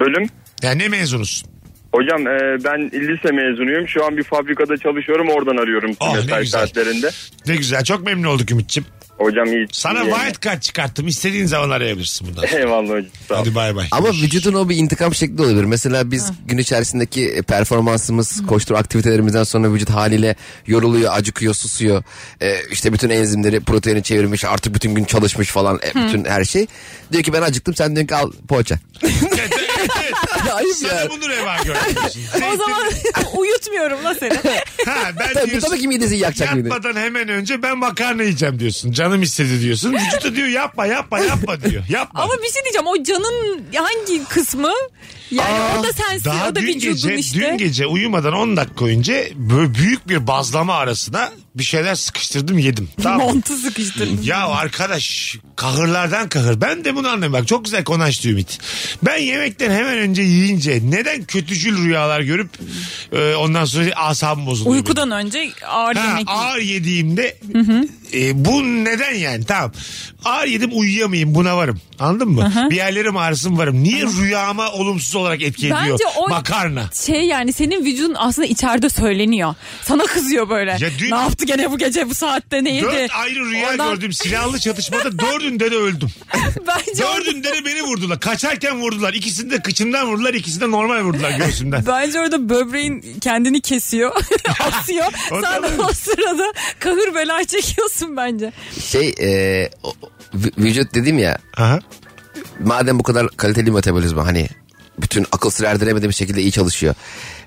I: bölüm.
B: Yani ne mezunusun?
I: Hocam e, ben lise mezunuyum. Şu an bir fabrikada çalışıyorum. Oradan arıyorum
B: Ah, ne
I: mesai
B: güzel.
I: saatlerinde.
B: Ne güzel çok memnun olduk Ümit'ciğim.
I: Hocam iyi.
B: Sana
I: iyi yayınlar.
B: wild card çıkarttım. İstediğin zaman arayabilirsin bundan sonra.
I: Eyvallah hocam. Sağ ol.
B: Hadi bay bay.
D: Ama vücudun o bir intikam şekli olabilir. Mesela biz gün içerisindeki e, performansımız, koşturma aktivitelerimizden sonra vücut haliyle yoruluyor, acıkıyor, susuyor. Ee, işte bütün enzimleri proteine çevirmiş, artık bütün gün çalışmış falan e, bütün her şey. Diyor ki ben acıktım sen diyorsun ki al poğaça.
B: Evet, evet, evet.
D: Ayıp ya.
B: Sana bunu reva görmüyorsun.
C: O zaman uyutmuyorum la seni.
B: Ha, ben
D: Tabii,
B: diyorsun,
D: tabii ki midesi yakacak mıydı?
B: Yatmadan hemen önce ben makarna yiyeceğim diyorsun. Canım istedi diyorsun. Vücut da diyor yapma yapma yapma diyor. Yapma.
C: Ama bir şey diyeceğim o canın hangi kısmı? Yani o da sensin
B: Daha
C: o da
B: dün
C: vücudun
B: gece,
C: işte.
B: dün gece uyumadan 10 dakika önce böyle büyük bir bazlama arasına bir şeyler sıkıştırdım yedim. Tamam. mı?
C: Montu sıkıştırdım.
B: Ya arkadaş kahırlardan kahır. Ben de bunu anlamıyorum. Bak çok güzel konuştu Ümit. Ben yemekten hemen önce yiyince neden kötücül rüyalar görüp e, ondan sonra asabım bozuluyor. benim?
C: Uykudan önce ağır
B: Ha,
C: yemek yiyin.
B: ağır yediğimde e, bu neden yani tamam ağır yedim uyuyamayayım buna varım anladın mı bir yerlerim ağrısın varım niye rüyama olumsuz olarak etki
C: Bence
B: ediyor
C: o-
B: makarna
C: Şey yani senin vücudun aslında içeride söyleniyor. Sana kızıyor böyle.
B: Ya dün-
C: ne yaptı gene bu gece bu saatte ne yedi?
B: Dört ayrı rüya
C: Oradan-
B: gördüm silahlı çatışmada dördünde de öldüm.
C: Bence orada,
B: Dördünde de beni vurdular. Kaçarken vurdular. İkisini de kıçımdan vurdular. ikisini de normal vurdular göğsümden.
C: bence orada böbreğin kendini kesiyor. asıyor.
B: O
C: Sen de
B: tabii.
C: o sırada kahır bela çekiyorsun bence.
D: Şey e, o- vü- vücut dedim ya
B: Aha.
D: madem bu kadar kaliteli metabolizma hani bütün akıl sır erdiremediğim şekilde iyi çalışıyor.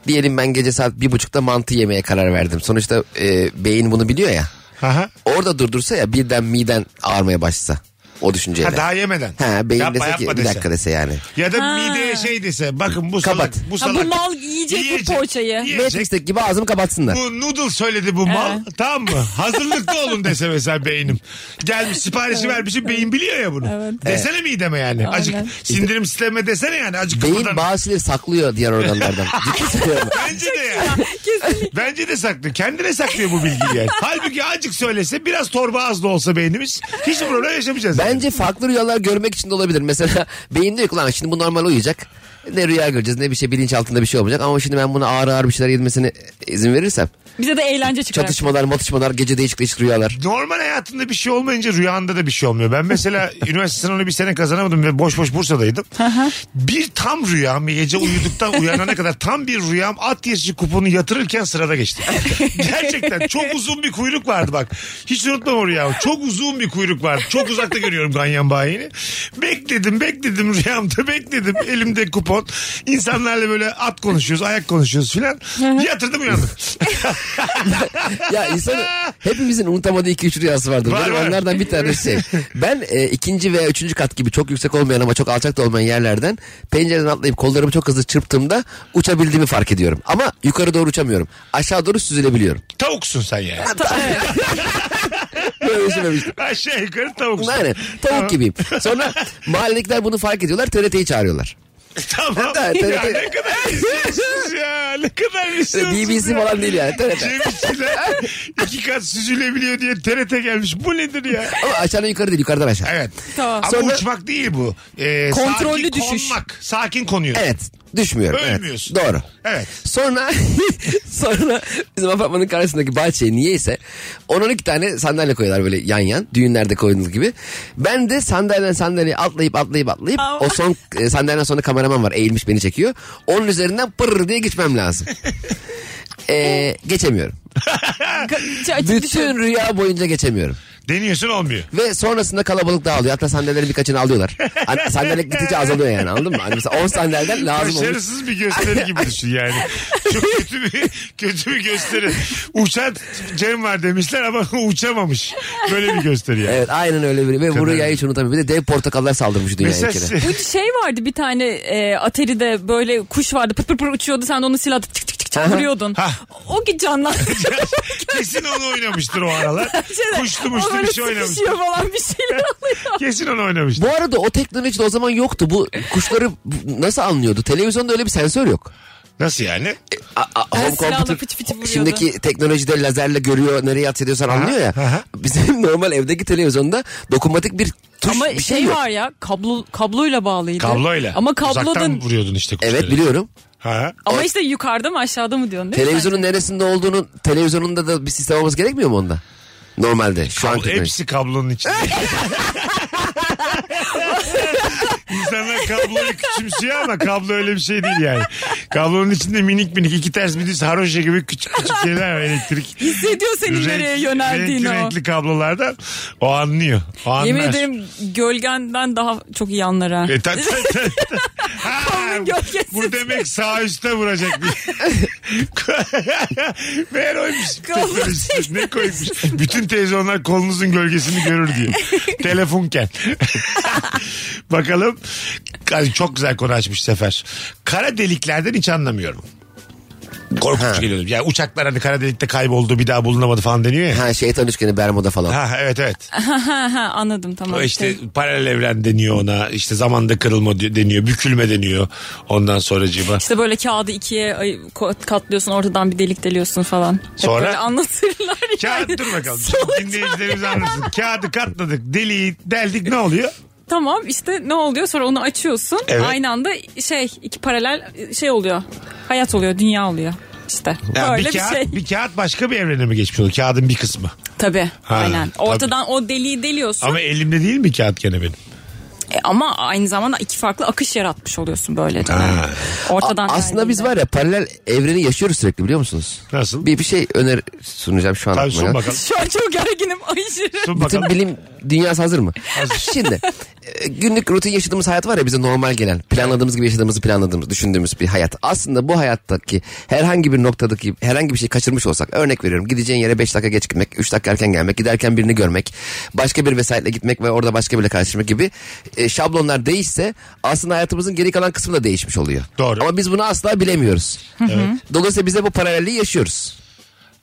D: Diyelim ben gece saat bir buçukta mantı yemeye karar verdim. Sonuçta e, beyin bunu biliyor ya.
B: Aha.
D: Orada durdursa ya birden miden ağarmaya başlasa o düşünceyle.
B: Ha,
D: Ha,
B: daha yemeden.
D: beyin
B: Yapma,
D: dese ki
B: yapma
D: bir
B: dese.
D: dakika dese yani.
B: Ya da
C: Ha.
B: mideye şey dese bakın bu
D: Kapat.
B: salak. Bu,
C: Ha,
B: salak.
C: bu mal yiyecek, bu poğaçayı.
B: Yiyecek.
D: Matrix'teki gibi ağzımı kapatsınlar.
B: Bu noodle söyledi bu mal.
C: Evet.
B: Tamam mı? Hazırlıklı olun dese mesela beynim. Gelmiş siparişi vermişim beyin biliyor ya bunu. Desene mideme yani. Acık
C: Aynen.
B: sindirim sistemime desene yani. Acık
D: Beyin
B: kafadan-
D: bazı şeyleri saklıyor diğer organlardan. Ciddi söylüyorum.
B: Bence de yani.
C: Kesinlikle.
B: Bence de saklıyor. Kendine saklıyor bu bilgiyi yani. Halbuki acık söylese biraz torba az da olsa beynimiz hiç problem yaşamayacağız. yani.
D: Bence farklı rüyalar görmek için de olabilir. Mesela beyin diyor ki "Ulan şimdi bu normal uyuyacak. Ne rüya göreceğiz ne bir şey bilinç altında bir şey olmayacak. Ama şimdi ben buna ağır ağır bir şeyler yedmesine izin verirsem.
C: Bize de eğlence çıkar.
D: Çatışmalar matışmalar gece değişik değişik rüyalar.
B: Normal hayatında bir şey olmayınca rüyanda da bir şey olmuyor. Ben mesela üniversite sınavını bir sene kazanamadım ve boş boş Bursa'daydım. bir tam rüyam gece uyuduktan uyanana kadar tam bir rüyam at yarışı kuponu yatırırken sırada geçti. Gerçekten çok uzun bir kuyruk vardı bak. Hiç unutmam o rüyamı. Çok uzun bir kuyruk vardı. Çok uzakta görüyorum Ganyan bayini. Bekledim bekledim rüyamda bekledim. Elimde kupon. İnsanlarla böyle at konuşuyoruz ayak konuşuyoruz filan. Yatırdım uyandım.
D: Ya insanın hepimizin unutamadığı iki üç rüyası vardır.
B: Var,
D: Benim
B: var.
D: onlardan bir tanesi şey. Ben e, ikinci veya üçüncü kat gibi çok yüksek olmayan ama çok alçak da olmayan yerlerden pencereden atlayıp kollarımı çok hızlı çırptığımda uçabildiğimi fark ediyorum. Ama yukarı doğru uçamıyorum. Aşağı doğru süzülebiliyorum.
B: Tavuksun sen yani.
D: Böyle düşünmemiştim.
B: Aşağı şey, yukarı tavuksun.
D: Aynen.
B: Tamam.
D: Tavuk gibiyim. Sonra mahalledekiler bunu fark ediyorlar. TRT'yi çağırıyorlar.
B: Tamam.
D: Evet,
B: ya
D: evet,
B: ne
D: evet.
B: kadar vizyonsuz ya. Ne kadar vizyonsuz.
D: BBC
B: ya.
D: falan değil yani. TRT.
B: Cem İşçiler iki kat süzülebiliyor diye TRT gelmiş. Bu nedir ya?
D: Ama aşağıdan yukarı değil yukarıdan aşağı.
B: Evet.
C: Tamam.
B: Ama
D: Sonra-
B: uçmak değil bu. Ee,
C: Kontrollü
B: sakin
C: düşüş.
B: Konmak. Sakin konuyorsun.
D: Evet. Düşmüyorum. Evet.
B: Ölmüyorsun.
D: Doğru.
B: Evet.
D: Sonra sonra bizim apartmanın karşısındaki bahçeye niyeyse 10-12 tane sandalye koyuyorlar böyle yan yan. Düğünlerde koyduğunuz gibi. Ben de sandalyeden sandalyeye atlayıp atlayıp atlayıp
C: Ama-
D: o son e, sandalyeden sonra kameraman var eğilmiş beni çekiyor. Onun üzerinden pırr diye geçmem lazım. Ee, geçemiyorum.
C: Ka- ç- açık düşün.
D: Bütün rüya boyunca geçemiyorum.
B: Deniyorsun olmuyor.
D: Ve sonrasında kalabalık dağılıyor. Hatta sandalyelerin birkaçını alıyorlar. Hani sandalye gidince azalıyor yani anladın mı? Hani mesela 10 sandalyeden lazım olur.
B: Başarısız bir gösteri gibi düşün yani. Çok kötü bir, kötü bir gösteri. Uçan Cem var demişler ama uçamamış. Böyle bir gösteri yani.
D: Evet aynen öyle biri. Ve buraya hiç unutamıyorum. Bir de dev portakallar saldırmış dünyaya
B: Mesela
D: bir kere.
B: siz-
C: Bu şey vardı bir tane e, Atari'de böyle kuş vardı pır pır pır uçuyordu sen de onu silah atıp çık çık çık çık
D: Aha.
C: vuruyordun.
B: Ha.
C: O ki canlandı.
B: Kesin onu oynamıştır o aralar. Kuşlu
C: O
B: muşlu
C: böyle
B: bir şey oynamıştır.
C: sıkışıyor falan bir şeyler alıyor.
B: Kesin onu oynamıştır.
D: Bu arada o teknoloji de o zaman yoktu. Bu kuşları bu- nasıl anlıyordu? Televizyonda öyle bir sensör yok.
B: Nasıl
D: E,
B: yani?
D: A, a-
C: Ben
D: home
C: silahla
D: computer-
C: fıçı fıçı vuruyordu.
D: Şimdiki teknolojide lazerle görüyor nereye at ediyorsan anlıyor ya.
B: aha.
D: Bizim normal evdeki televizyonda dokunmatik bir tuş
C: Ama
D: bir şey,
C: şey
D: yok.
C: var ya kablo kabloyla bağlıydı.
B: Kabloyla.
C: Ama kablodan
B: Uzaktan vuruyordun işte kuşları.
D: Evet biliyorum.
B: Ha.
C: ama işte yukarıda mı aşağıda mı diyorsun değil mi?
D: Televizyonun neresinde olduğunu televizyonunda da bir sistem olması gerekmiyor mu onda? Normalde şu an
B: Kablo- hepsi kablonun içinde. İnsanlar kabloyu küçümsüyor ama kablo öyle bir şey değil yani. Kablonun içinde minik minik iki ters bir düz haroşa gibi küçük küçük şeyler var elektrik.
C: Hissediyor senin nereye
B: Renk-
C: yöneldiğini
B: renkli,
C: o.
B: renkli kablolardan o anlıyor. O anlar.
C: Yemin ederim gölgenden daha çok iyi anlar ha.
B: E, ta- ta- ta- ta- Ha,
C: Onun gölgesi.
B: bu demek sağ üstte vuracak bir. Meğer oymuş.
C: Kolun
B: Teknolojisi. ne koymuş? Bütün televizyonlar kolunuzun gölgesini görür diye. Telefonken. Bakalım. Ay, çok güzel konu açmış Sefer. Kara deliklerden hiç anlamıyorum. Korkunç geliyordu. Yani uçaklar hani kara delikte kayboldu bir daha bulunamadı falan deniyor ya.
D: Ha şeytan üçgeni Bermuda falan.
B: Ha evet evet.
C: Ha, ha, anladım tamam.
B: O işte
C: Şey.
B: paralel evren deniyor ona. İşte zamanda kırılma de- deniyor. Bükülme deniyor. Ondan sonracığıma.
C: İşte böyle kağıdı ikiye ay- ko- katlıyorsun ortadan bir delik deliyorsun falan. Hep
B: Sonra?
C: böyle anlatırlar. yani.
B: Kağıt dur bakalım.
C: Sonuç-
B: Dinleyicilerimiz anlasın. Kağıdı katladık. Deliği deldik ne oluyor?
C: Tamam işte ne oluyor sonra onu açıyorsun.
B: Evet.
C: Aynı anda şey iki paralel şey oluyor. Hayat oluyor dünya oluyor. İşte
B: Ya
C: böyle bir,
B: bir, kağıt,
C: şey.
B: bir kağıt başka bir evrene mi geçmiş oluyor? Kağıdın bir kısmı.
C: Tabii
B: Ha,
C: aynen.
B: tabii.
C: Ortadan o deliği deliyorsun
B: Ama elimde değil mi kağıt gene benim?
C: E, ama aynı zamanda iki farklı akış yaratmış oluyorsun böylece.
B: Ha.
C: Ortadan
D: A- aslında biz
C: geldiğinde.
D: var ya paralel evreni yaşıyoruz sürekli biliyor musunuz?
B: Nasıl?
D: Bir, bir şey öner sunacağım şu an.
B: Tabii
D: aklıma
B: sun
D: gelen.
B: bakalım.
C: Şu an çok gerginim aşırı.
B: Sun
D: Bütün
B: bakalım.
D: bilim dünyası hazır mı? Şimdi e, günlük rutin yaşadığımız hayat var ya bize normal gelen. Planladığımız gibi yaşadığımızı planladığımız, düşündüğümüz bir hayat. Aslında bu hayattaki herhangi bir noktadaki herhangi bir şey kaçırmış olsak. Örnek veriyorum gideceğin yere 5 dakika geç gitmek, 3 dakika erken gelmek, giderken birini görmek, başka bir vesayetle gitmek ve orada başka biriyle karşılaşmak gibi e, şablonlar değişse aslında hayatımızın geri kalan kısmı da değişmiş oluyor.
B: Doğru.
D: Ama biz bunu asla bilemiyoruz. Dolayısıyla bize bu paralelliği yaşıyoruz.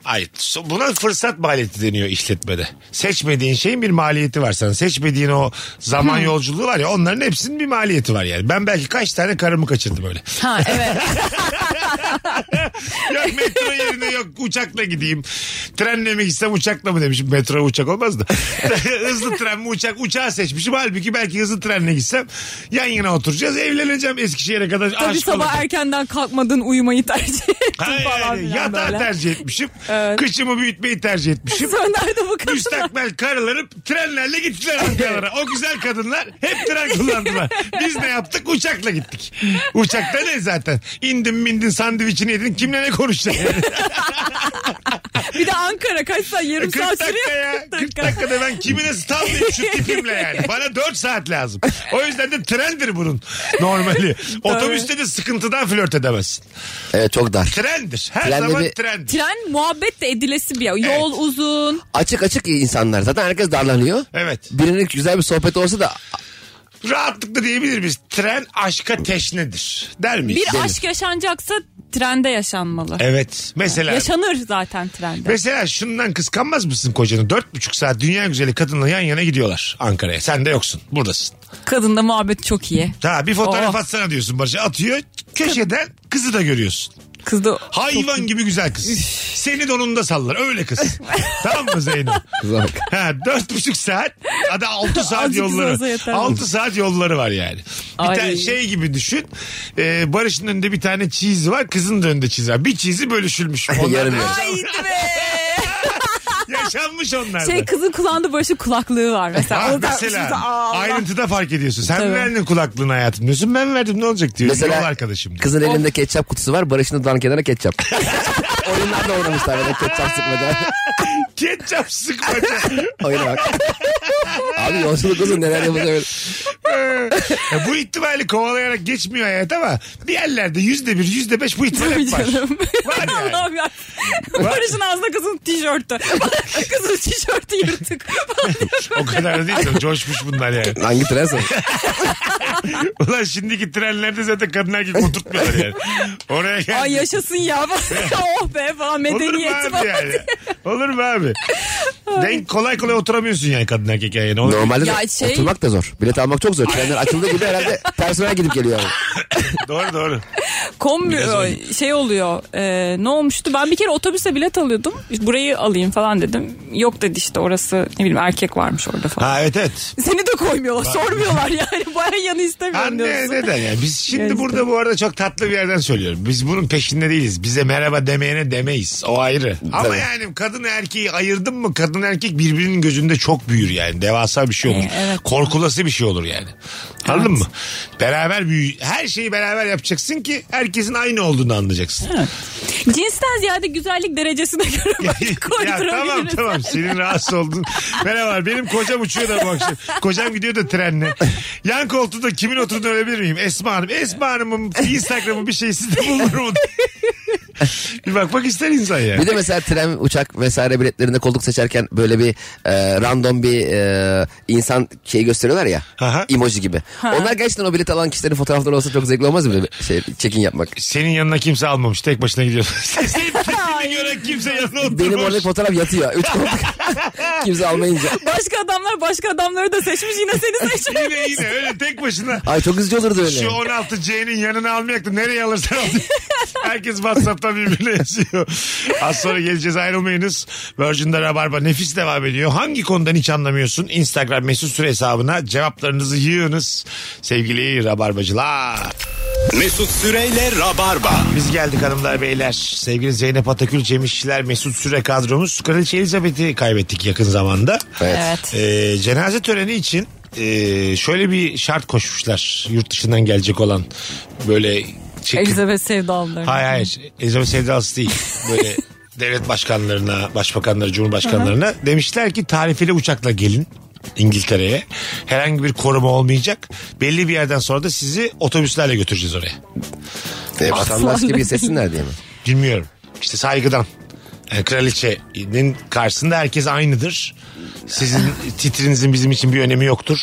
B: Ay, so- buna fırsat maliyeti deniyor işletmede. Seçmediğin şeyin bir maliyeti var sana. Seçmediğin o
C: Hmm.
B: zaman yolculuğu var ya onların hepsinin bir maliyeti var yani. Ben belki kaç tane karımı kaçırdım öyle.
C: Ha evet.
B: Yok metro yerine yok uçakla gideyim. Trenle mi gitsem uçakla mı demişim. Metro uçak olmaz da. hızlı tren mi uçak uçağı seçmişim. Halbuki belki hızlı trenle gitsem yan yana oturacağız. Evleneceğim Eskişehir'e kadar.
C: Tabii
B: aşık
C: sabah
B: olacağım.
C: erkenden kalkmadın uyumayı tercih ettin
B: Hayır,
C: falan
B: yani
C: filan
B: yatağı
C: böyle.
B: tercih etmişim.
C: Evet.
B: Kıçımı büyütmeyi tercih etmişim.
C: Sonra nerede bu kadar?
B: Müstakbel karıları trenlerle gittiler Ankara'lara. O güzel kadınlar hep tren kullandılar. Biz ne yaptık? Uçakla gittik. Uçakta ne zaten? İndin bindin sandviçini yedin. Kimle ne konuştun? yani?
C: Bir de Ankara kaç saat yarım
B: 40
C: saat
B: E, dakika
C: sürüyor.
B: ya. 40 dakikada ben kimine standlayayım şu tipimle yani. Bana 4 saat lazım. O yüzden de trendir bunun normali. Otobüste de sıkıntıdan flört edemezsin.
D: Evet çok dar.
B: Trendir. Her
D: Trende
B: zaman
D: bir-
B: trendir.
C: Tren muhabbet de edilesi bir yer. Yol
B: Evet.
C: uzun.
D: Açık açık insanlar. Zaten herkes darlanıyor.
B: Evet.
D: Birinin güzel bir sohbet olsa da
B: Rahatlıkla diyebilir miyiz? Tren aşka teşnedir. Der miyiz?
C: Bir aşk yaşanacaksa trende yaşanmalı.
B: Evet. Mesela
C: Yaşanır zaten trende.
B: Mesela şundan kıskanmaz mısın kocanı? Dört buçuk saat dünya güzeli kadınla yan yana gidiyorlar Ankara'ya. Sen de yoksun. Buradasın.
C: Kadında muhabbet çok iyi.
B: Ha, bir fotoğraf
C: Oh.
B: atsana diyorsun Barış'a. Atıyor. Köşeden kızı da görüyorsun.
C: Kız da
B: Hayvan gibi güzel kız. Seni donunda sallar. Öyle kız. tamam mı Zeynep? Ha, dört buçuk saat. Hadi altı saat
C: Azıcık olsa
B: yolları.
C: yeter.
B: Altı saat yolları var yani. Bir
C: Ay.
B: tane şey gibi düşün. Ee, Barış'ın önünde bir tane çizi var. Kızın da önünde çizi var. Bir çizi bölüşülmüş. Onlar da
D: Yarım yarım.
C: Haydi be.
B: yaşanmış onlar da.
C: Şey kızın kulağında böyle şu kulaklığı var mesela.
B: Ha,
C: Onu da-
B: mesela
C: Aa, Allah.
B: ayrıntıda fark ediyorsun. Sen
C: Tabii.
B: verdin kulaklığını hayatım diyorsun. Ben verdim ne olacak diyor.
D: Mesela
B: Yol arkadaşım diyor.
D: Kızın elinde ketçap kutusu var. Barış'ın da dudağının kenarına ketçap. Oyunlar da oynamışlar böyle ketçap sıkmadan.
B: Ketçap sıkmaca.
D: Oyuna bak. Abi yolculuk uzun neler yapılabilir.
B: Ya bu ihtimali kovalayarak geçmiyor hayat ama bir yerlerde yüzde bir, yüzde beş bu ihtimal
C: Tabii
B: hep var.
C: canım.
B: Var yani.
C: Allah'ım ya. Barış'ın ağzında kızın tişörtü. kızın tişörtü yırtık.
B: O kadar da değil. canım, Coşmuş bunlar yani.
D: Hangi trense?
B: Ulan şimdiki trenlerde zaten kadın erkek oturtmuyorlar yani. Oraya gel.
C: Ay yaşasın ya. oh be falan medeniyet
B: Olur mu
C: falan.
B: abi yani? Olur mu abi? Denk kolay kolay oturamıyorsun yani kadın erkek yani. Ne olur-
D: Normalde de
C: Ya şey-
D: oturmak da zor. Bilet almak çok zor. Trenler açıldığı gibi herhalde personel gidip geliyor. Abi.
B: doğru doğru. Biraz
C: Kombi
B: öyle.
C: şey oluyor. e, ne olmuştu? Ben bir kere otobüse bilet alıyordum. Burayı alayım falan dedim. Yok dedi işte orası ne bileyim erkek varmış orada falan.
B: Ha evet evet.
C: Seni de koymuyorlar, sormuyorlar yani. Baya yanı istemiyorum
B: Anne
C: diyorsun.
B: neden yani? Biz şimdi
C: Yani
B: burada bu arada çok tatlı bir yerden söylüyorum. Biz bunun peşinde değiliz. Bize merhaba demeyene demeyiz. O ayrı. Ama
D: Tabii.
B: yani kadın erkeği ayırdın mı kadın erkek birbirinin gözünde çok büyür yani. Devasa bir şey olur.
C: Ee, evet.
B: Korkulası bir şey olur yani. Anladın mı? Beraber büyü her şeyi beraber yapacaksın ki herkesin aynı olduğunu anlayacaksın.
C: Cinsten ziyade güzellik derecesine göre belki
B: ya
C: koydurabiliriz.
B: tamam tamam senin rahatsız oldun. Merhaba benim kocam uçuyor da bu akşam. Kocam gidiyor da trenle. Yan koltuğunda kimin oturduğunu öğrenebilir miyim? Esma Hanım. Esma Hanım'ın Instagram'ı bir şey sizde bulunur mu? bir bakmak ister insan ya.
D: Bir de mesela tren, uçak vesaire biletlerinde koltuk seçerken böyle bir e, random bir e, insan şey gösteriyorlar ya.
B: Aha.
D: Emoji gibi. Onlar gerçekten o bilet alan kişilerin fotoğrafları olsa çok zevkli olmaz mı? Böyle bir şey, çekin yapmak.
B: Senin yanına kimse almamış. Tek başına gidiyorsun. Senin tipini gören kimse yanına oturmamış.
D: Benim oradaki fotoğraf yatıyor. Üç koltuk. Kimse almayınca.
C: Başka adamlar başka adamları da seçmiş yine seni seçmiş.
B: Yine yine öyle tek başına.
D: Ay çok üzücü olurdu öyle.
B: Şu 16C'nin yanına almayacaktım. Nereye alırsan al. Herkes WhatsApp'ta birbirine yazıyor. Az sonra geleceğiz ayrılmayınız. Virgin'de Rabarba nefis devam ediyor. Hangi konudan hiç anlamıyorsun? Instagram mesut süre hesabına cevaplarınızı yığınız. Sevgili Rabarbacılar.
A: Mesut Süreyle Rabarba.
B: Biz geldik hanımlar beyler. Sevgili Zeynep Atakül, Cem İşçiler, Mesut Süre kadromuz. Kraliçe Elizabeth'i kaybettik yakın zamanda.
D: Evet.
B: Ee, cenaze töreni için e, şöyle bir şart koşmuşlar. Yurt dışından gelecek olan böyle çekim.
C: Elizabeth sevdalıları.
B: Hayır hayır. Elizabeth sevdalısı değil. Böyle devlet başkanlarına, başbakanlara, cumhurbaşkanlarına demişler ki tarifeli uçakla gelin. İngiltere'ye. Herhangi bir koruma olmayacak. Belli bir yerden sonra da sizi otobüslerle götüreceğiz oraya.
D: E, vatandaş
C: Aslan
D: gibi
C: değil.
D: hissetsinler diye mi?
B: Bilmiyorum. İşte saygıdan. Yani kraliçenin karşısında herkes aynıdır. Sizin titrinizin bizim için bir önemi yoktur.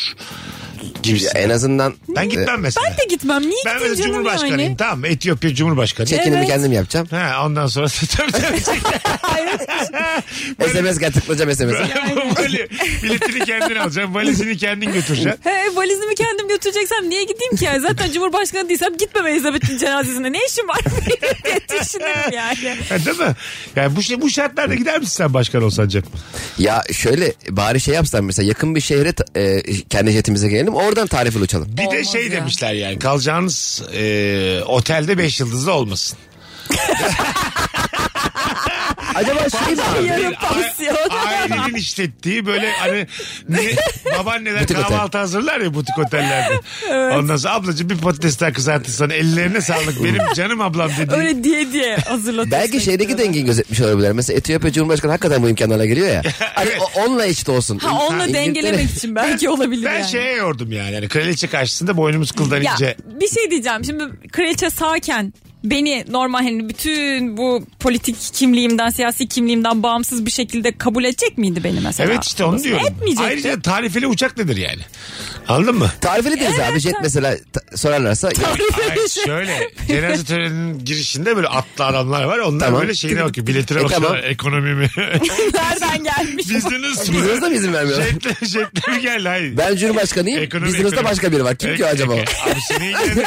B: Gibisi.
D: Ya e, en azından e,
B: ben gitmem mesela.
C: Ben de gitmem. Niye
B: Ben
C: gittin
B: mesela
C: canım
B: Cumhurbaşkanıyım
C: yani? Şey-
B: tamam mı? Etiyopya Cumhurbaşkanı.
D: çekinimi
C: Evet.
D: kendim yapacağım.
B: Ha, ondan sonra tabii tabii.
D: SMS gel tıklayacağım SMS'e.
B: Böyle biletini kendin alacaksın. Valizini kendin götüreceksin.
C: He, valizimi kendim götüreceksem niye gideyim ki? Yani? Zaten Cumhurbaşkanı değilsem gitmem Elizabeth'in cenazesine. Ne işim var? diye düşünürüm yani.
B: Ha, değil mi? Yani bu, şey, bu şartlarda gider misin sen başkan olsan Cem?
D: Ya şöyle bari şey yapsan mesela yakın bir şehre ta- e, kendi jetimize gelelim oradan tarifeli uçalım.
B: Bir de
C: Olmaz
B: şey
C: ya.
B: demişler yani kalacağınız e, otelde 5 yıldızlı olmasın.
D: Acaba şey mi abi?
C: Yarım
B: Bir a-
C: pansiyon.
B: Ailenin işlettiği böyle hani ne, babaanneler
D: Butik otel.
B: kahvaltı hazırlar ya butik otellerde. Ondan sonra ablacığım bir patatesler kızartırsan ellerine sağlık benim canım ablam dedi.
C: Öyle diye diye hazırlatıyorsun.
D: Belki şehirdeki dengeyi gözetmiş olabilirler. Mesela Etiyopya Cumhurbaşkanı hakikaten bu imkanlara geliyor ya. Hani
B: Evet.
D: o- onunla eşit olsun.
C: Ha onunla
D: İngiltere-
C: dengelemek için belki olabilir
B: Ben şey
C: yani.
B: şeye yordum yani. yani kraliçe karşısında boynumuz kıldan
C: Ya
B: ince.
C: bir şey diyeceğim. Şimdi kraliçe sağken beni normal hani bütün bu politik kimliğimden, siyasi kimliğimden bağımsız bir şekilde kabul edecek miydi beni mesela?
B: Evet işte onu diyorum.
C: Etmeyecekti.
B: Ayrıca tarifeli uçak nedir yani? Anladın mı?
D: Tarifeli deriz abi jet mesela ta- sorarlarsa. ya,
B: Hayır şöyle cenaze töreninin girişinde böyle atlı adamlar var. Onlar
D: Tamam.
B: böyle şeyine bakıyor. Biletine
D: E,
B: bakıyorlar.
D: tamam.
B: Ekonomi mi?
C: Nereden gelmiş?
B: Bizdiniz mi?
D: Bizdiniz de mi izin vermiyorlar?
B: Jetle, jetle mi geldi? Hayır.
D: ben Cumhurbaşkanıyım.
B: Ekonomi,
D: Bizdinizde
B: ekonomi.
D: başka biri var. Kim ki
B: Ek-
D: acaba? o?
B: ek- Abi seni ilgilenir.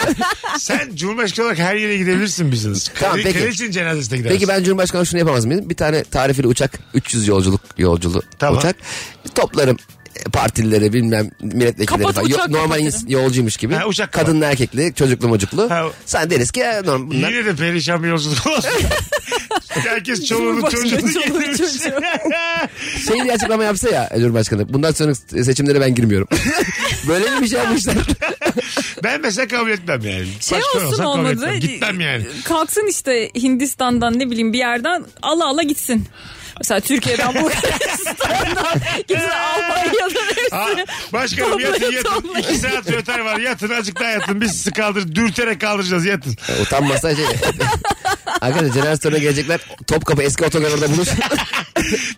B: Sen Cumhurbaşkanı olarak her yere gidebilirsin business.
D: Tamam,
B: Kral-
D: peki.
B: Kraliçenin cenazesine gidersin.
D: Peki ben Cumhurbaşkanı şunu yapamaz mıyım? Bir tane tarifeli uçak 300 yolculuk yolculu
B: Tamam.
D: uçak. Toplarım e, partilileri bilmem milletvekilleri
C: Kapat
D: falan. Yo-
C: uçak
D: normal
C: kapatırım.
D: ins- yolcuymuş gibi.
B: Ha, uçak kapat.
D: Kadınlı erkekli çocuklu mucuklu.
B: Ha.
D: Sen deriz ki "Ya, normal bunlar
B: Yine de perişan bir yolculuk olsun. Herkes çoluğunu
C: Cumhurbaşkanı,
B: çocuğunu
C: çoluğunu,
B: getirmiş.
C: çocuğu.
D: Şey diye açıklama yapsa ya Cumhurbaşkanı. Bundan sonra seçimlere ben girmiyorum. Böyle mi bir şey yapmışlar?
B: ben mesela kabul etmem yani.
C: Şey
B: Başkan
C: olsun
B: olsam kabul
C: olmadı.
B: etmem. Gitmem yani.
C: Kalksın işte Hindistan'dan ne bileyim bir yerden ala ala gitsin. Mesela Türkiye'den Bulgaristan'dan gidin Almanya'dan
B: Ha,
C: hepsini.
B: başkanım yatın
C: Toplaya
B: yatın.
C: toplaya.
B: İki saat röter var. Yatın azıcık daha yatın. Biz sizi kaldır, dürterek kaldıracağız yatın.
D: Utanmasa şey. Arkadaşlar jenerasyona gelecekler. Topkapı eski otogarında bulur.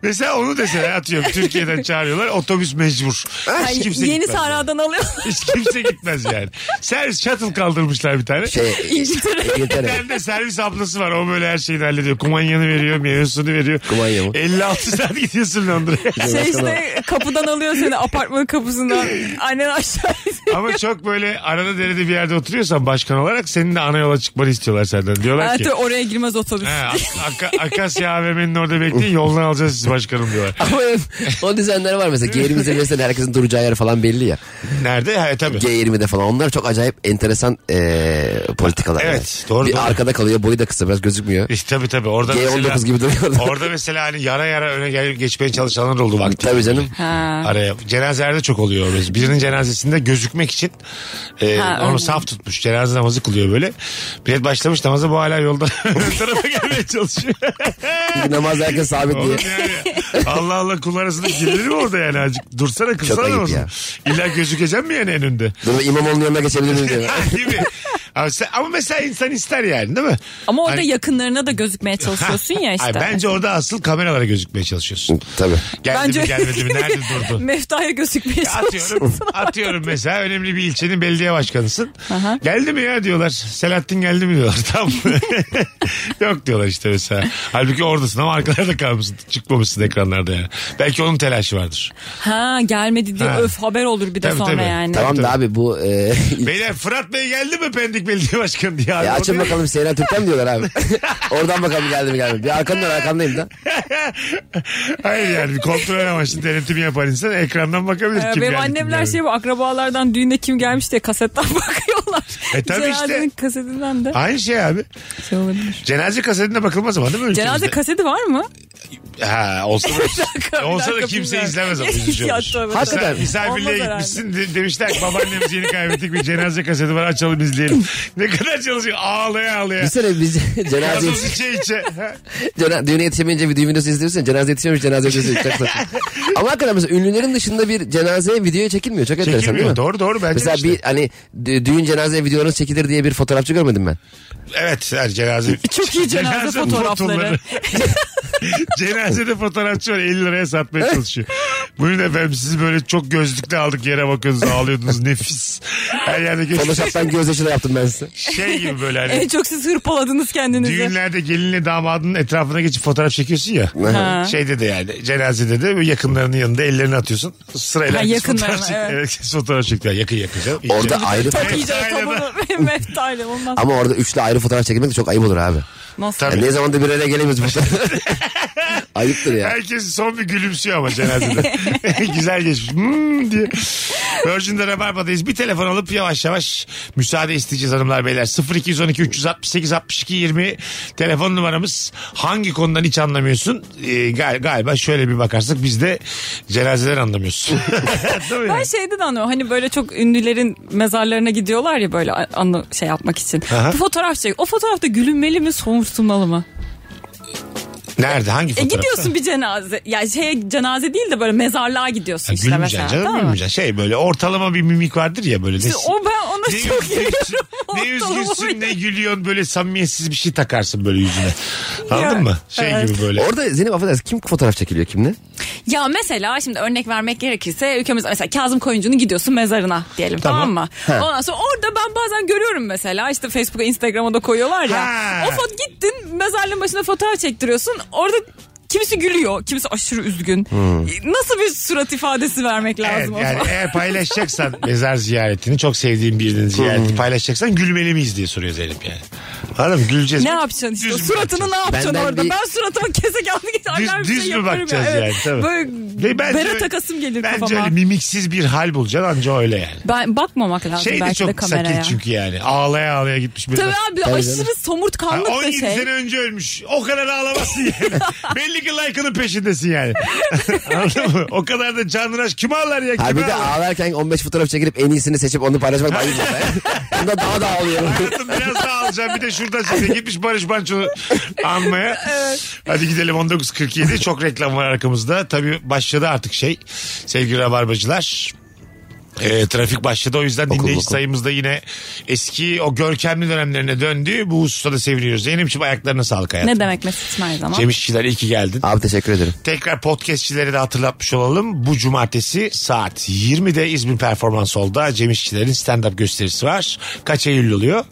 B: Mesela onu desene atıyorum. Türkiye'den çağırıyorlar. Otobüs mecbur. Hiç kimse
C: yeni
B: gitmez.
C: Sahra'dan alıyor.
B: Hiç kimse gitmez yani. Servis shuttle kaldırmışlar bir tane.
D: Şey,
C: İngiltere.
B: Bir
D: İngiltere.
B: tane de servis ablası var. O böyle her şeyi hallediyor. Kumanyanı veriyor, meyvesini veriyor.
D: Kumanya mı?
B: 56 saat gidiyorsun Londra'ya.
C: Şey
D: Başkanım.
C: işte kapıdan alıyor seni apartmanın kapısından. Annen aşağı iniyor.
B: Ama çok böyle arada derede bir yerde oturuyorsan başkan olarak senin de ana yola çıkmanı istiyorlar senden. Diyorlar ki
C: Hayatta oraya girmez otobüs.
B: He, Ak- Akasya AVM'nin orada bekleyin yoldan alacağız siz başkanım diyorlar.
D: Ama hep o düzenler var mesela. G20'de mesela herkesin duracağı yer falan belli ya.
B: Nerede? Ha, e, tabii.
D: G20'de falan. Onlar çok acayip enteresan eee politikalar.
B: Evet,
D: yani.
B: doğru,
D: Bir
B: doğru.
D: arkada kalıyor. Boyu da kısa biraz gözükmüyor.
B: E, tabii tabii. Orada
D: G19 gibi duruyor.
B: Orada mesela hani yara yara öne gelip geçmeye çalışanlar oldu vakti.
D: Tabii canım.
B: Araya. Cenazelerde çok oluyor öyle. Birinin cenazesinde gözükmek için e,
C: Ha,
B: onu
C: öyle.
B: saf tutmuş. Cenaze namazı kılıyor böyle. Millet başlamış namaza bu hala yolda ön tarafa gelmeye çalışıyor.
D: Çünkü namaz herkes sabit diye.
B: Oğlum yani Allah Allah kul arasında girilir mi orada yani azıcık? Dursana kılsana
D: ayıp
B: namazını.
D: ya.
B: İlla gözükecek mi yani en önde?
D: Dur İmamoğlu'nun yanına geçebilir miyim diye.
B: Ha, değil mi? Ama, sen- ama mesela insan ister yani değil mi?
C: Ama orada
B: Hani-
C: yakınlarına da gözükmeye çalışıyorsun ya işte.
B: Ay, bence orada asıl kameralara gözükmeye çalışıyorsun.
D: Tabii.
B: Geldi mi gelmedi mi nerede durdu?
C: Meftaya gözükmeye
B: Atıyorum,
C: çalışıyorsun.
B: atıyorum mesela önemli bir ilçenin belediye başkanısın. Geldi mi ya diyorlar. Selahattin geldi mi diyorlar. Tam Yok diyorlar işte mesela. Halbuki oradasın ama arkalarda kalmışsın. Çıkmamışsın ekranlarda yani. Belki onun telaşı vardır.
C: Ha gelmedi diye
B: Ha.
C: öf haber olur bir de
B: Tabii,
C: sonra
B: tabii.
C: yani.
D: Tamam da abi bu... e, eee
B: Beyler Fırat Bey geldi mi Pendik Belediye Başkanı diye. abi.
D: Ya
B: O
D: E, açın
B: diyor-
D: bakalım Seyran Türk'ten mi diyorlar abi. Oradan bakalım geldi mi geldi mi. Bir arkamdan arkandayım da.
B: Hayır yani bir kontrol amaçlı denetimi yapar insan ekrandan bakabilir.
C: Ee,
B: kim
C: benim
B: geldi, kim
C: annemler
B: gelmedi.
C: şey bu, akrabalardan düğüne kim gelmiş diye kasetten bakıyorlar.
B: E, tabii işte.
C: Cenazenin kasetinden de
B: Aynı şey abi.
C: şey olabilir.
B: Cenaze kasetine bakılmaz ama değil mi?
C: Cenaze
B: ülkemizde?
C: kaseti var mı?
B: Ha olsa da,
C: dakika, bir
B: olsa da
C: dakika,
B: kimse
C: bilmiyorum.
B: izlemez ama
C: Ya,
B: üzücü olur.
C: tövbe,
D: Hakikaten.
C: tövbe.
B: Misafirliğe
C: Olmaz herhalde.
B: gitmişsin de, demişler ki, babaannemizi yeni kaybettik bir cenaze kaseti var açalım izleyelim. ne kadar çalışıyor ağlaya ağlaya.
D: Bir sene biz cenaze,
B: Gazoz içe içe. Ha,
D: cena, düğüne yetişemeyince bir düğün videosu izliyorsun. ya, Cenaze yetişememiş cenaze videosu çok saçma. Ama hakikaten mesela ünlülerin dışında bir cenaze videoya çekilmiyor. Çok enteresan değil
B: Çekilmiyor
D: mi?
B: doğru doğru bence
D: Mesela
B: işte.
D: bir hani dü- düğün cenaze videolarınız çekilir diye bir fotoğrafçı görmedim ben.
B: Evet her cenaze.
C: Çok iyi cenaze fotoğrafları.
B: Cenazede fotoğrafçı var 50 liraya satmaya çalışıyor. Buyurun efendim sizi böyle çok gözlükle aldık yere bakıyorsunuz ağlıyordunuz nefis. Her yerde göz
D: Photoshop'tan gözyaşı da yaptım ben size.
B: şey gibi böyle hani.
C: En çok siz hırpaladınız kendinizi.
B: Düğünlerde gelinle damadının etrafına geçip fotoğraf çekiyorsun ya.
C: Ha.
B: Şeyde de yani cenazede de böyle yakınlarının yanında ellerini atıyorsun. Sırayla
C: Ha,
B: herkes
C: yakınlarına,
B: fotoğraf, çek-
C: evet.
B: herkes fotoğraf çekiyor. Yakın yakın. canım. İyice.
D: Orada ayrı
C: Çok
B: Evet,
C: iyice
B: aynen.
C: tabanı meftayla olmaz.
D: ama orada üçlü ayrı fotoğraf çekilmek de çok ayıp olur abi.
C: Nasıl?
B: Tabii.
D: Yani ne zaman da bir araya gelemiyoruz bu fotoğraf. Ayıptır ya.
B: Herkes son bir gülümsüyor ama cenazede. Güzel geçmiş. Hmm diye. Virgin'de Rabarba'dayız. Bir telefon alıp yavaş yavaş müsaade isteyeceğiz hanımlar beyler. 0212 368 62 20 telefon numaramız. Hangi konudan hiç anlamıyorsun? Ee, gal- galiba şöyle bir bakarsak biz de cenazeler anlamıyoruz. Değil mi
C: Ben
B: yani?
C: şeyden anlıyorum hani böyle çok ünlülerin mezarlarına gidiyorlar ya böyle a- anı şey yapmak için.
B: Aha.
C: Bir fotoğraf çek. O fotoğrafta gülünmeli mi somurtulmalı mı?
B: Nerede? Hangi
C: E
B: fotoğrafta?
C: gidiyorsun bir cenaze. Yani şey cenaze değil de böyle mezarlığa gidiyorsun
B: Ha,
C: işte
B: gülmeyeceksin
C: mesela.
B: canım
C: tamam mı?
B: gülmeyeceksin. Şey böyle ortalama bir mimik vardır ya böyle.
C: İşte o ben ona
B: ne,
C: çok
B: üzgünsün,
C: gülüyorum.
B: ne
C: Ortalama
B: üzgünsün
C: bir-
B: ne gülüyorsun böyle samimiyetsiz bir şey takarsın böyle yüzüne. Anladın mı? Şey
C: evet.
B: gibi böyle.
D: Orada Zeynep affedersin kim fotoğraf çekiliyor kimle?
C: Ya mesela şimdi örnek vermek gerekirse ülkemiz mesela Kazım Koyuncu'nun gidiyorsun mezarına diyelim tamam, mı? Ondan sonra orada ben bazen görüyorum mesela işte Facebook'a Instagram'a da koyuyorlar ya.
B: Ha.
C: O foto gittin mezarlığın başına fotoğraf çektiriyorsun orada Kimisi gülüyor, kimisi aşırı üzgün. Nasıl bir surat ifadesi vermek
B: Hmm. Evet,
C: lazım o
B: yani
C: zaman?
B: eğer paylaşacaksan mezar ziyaretini çok sevdiğin birinin ziyaretini paylaşacaksan gülmeli miyiz diye soruyor Zeynep yani. Anladın mı? Güleceğiz
C: Ne
B: mi?
C: yapacaksın işte?
B: Düz mü
C: Suratını
B: bakacağız?
C: ne yapacaksın
D: Benden
C: orada?
D: bir-
C: Ben suratıma kese geldi.
B: Düz, düz mü bakacağız yani? Tabii.
C: Böyle
B: Ve bence
C: bere
B: öyle-
C: takasım gelir
B: bence
C: kafama.
B: öyle mimiksiz bir hal bulacaksın anca öyle yani.
C: Ben bakmamak lazım
B: Şey de
C: belki de
B: çok sakil
C: kameraya.
B: çünkü yani. Ağlaya ağlaya gitmiş bir
C: Tabii abi
D: Tabii
C: aşırı
D: canım.
B: Ha,
C: somurtkanlık da
B: 17
C: şey.
B: sene önce ölmüş. O kadar ağlamazsın yani. Belli ki like'ının peşindesin yani. Anladın mı? O kadar da canlıraş kim ağlar ya?
D: Ha
B: Kim
D: bir de
B: ağlar?
D: ağlarken 15 fotoğraf çekilip en iyisini seçip onu paylaşmak da ayıp. Bunda daha da ağlıyorum.
B: Hayatım biraz daha alacağım. Bir de şu Sultan Şehir'e gitmiş Barış Manço'nu anmaya. Hadi gidelim 19.47. Çok reklam var arkamızda. Tabii başladı artık şey. Sevgili Rabarbacılar. E, trafik başladı o yüzden dinleyici
D: oku.
B: sayımız da yine eski o görkemli dönemlerine döndü. Bu hususta da seviniyoruz. Zeynep'ciğim ayaklarına sağlık hayatım.
C: Ne demek Mesut'um her zaman.
B: Cem İşçiler iyi ki geldin.
D: Abi teşekkür ederim.
B: Tekrar podcastçilere de hatırlatmış olalım. Bu cumartesi saat 20'de İzmir Performans Hall'da Cem İşçilerin stand-up gösterisi var. Kaç Eylül oluyor?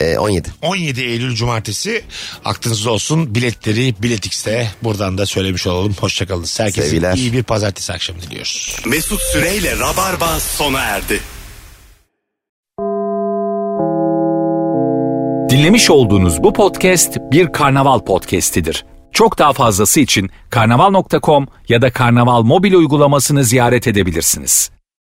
D: Ee, 17.
B: 17 Eylül cumartesi aklınızda olsun. Biletleri Biletix'te buradan da söylemiş olalım. Hoşçakalın. Herkese
D: Sevgiler.
B: iyi bir pazartesi akşamı diliyoruz.
A: Mesut Süreyle Rabarba sona erdi.
J: Dinlemiş olduğunuz bu podcast bir karnaval podcastidir. Çok daha fazlası için karnaval.com ya da karnaval mobil uygulamasını ziyaret edebilirsiniz.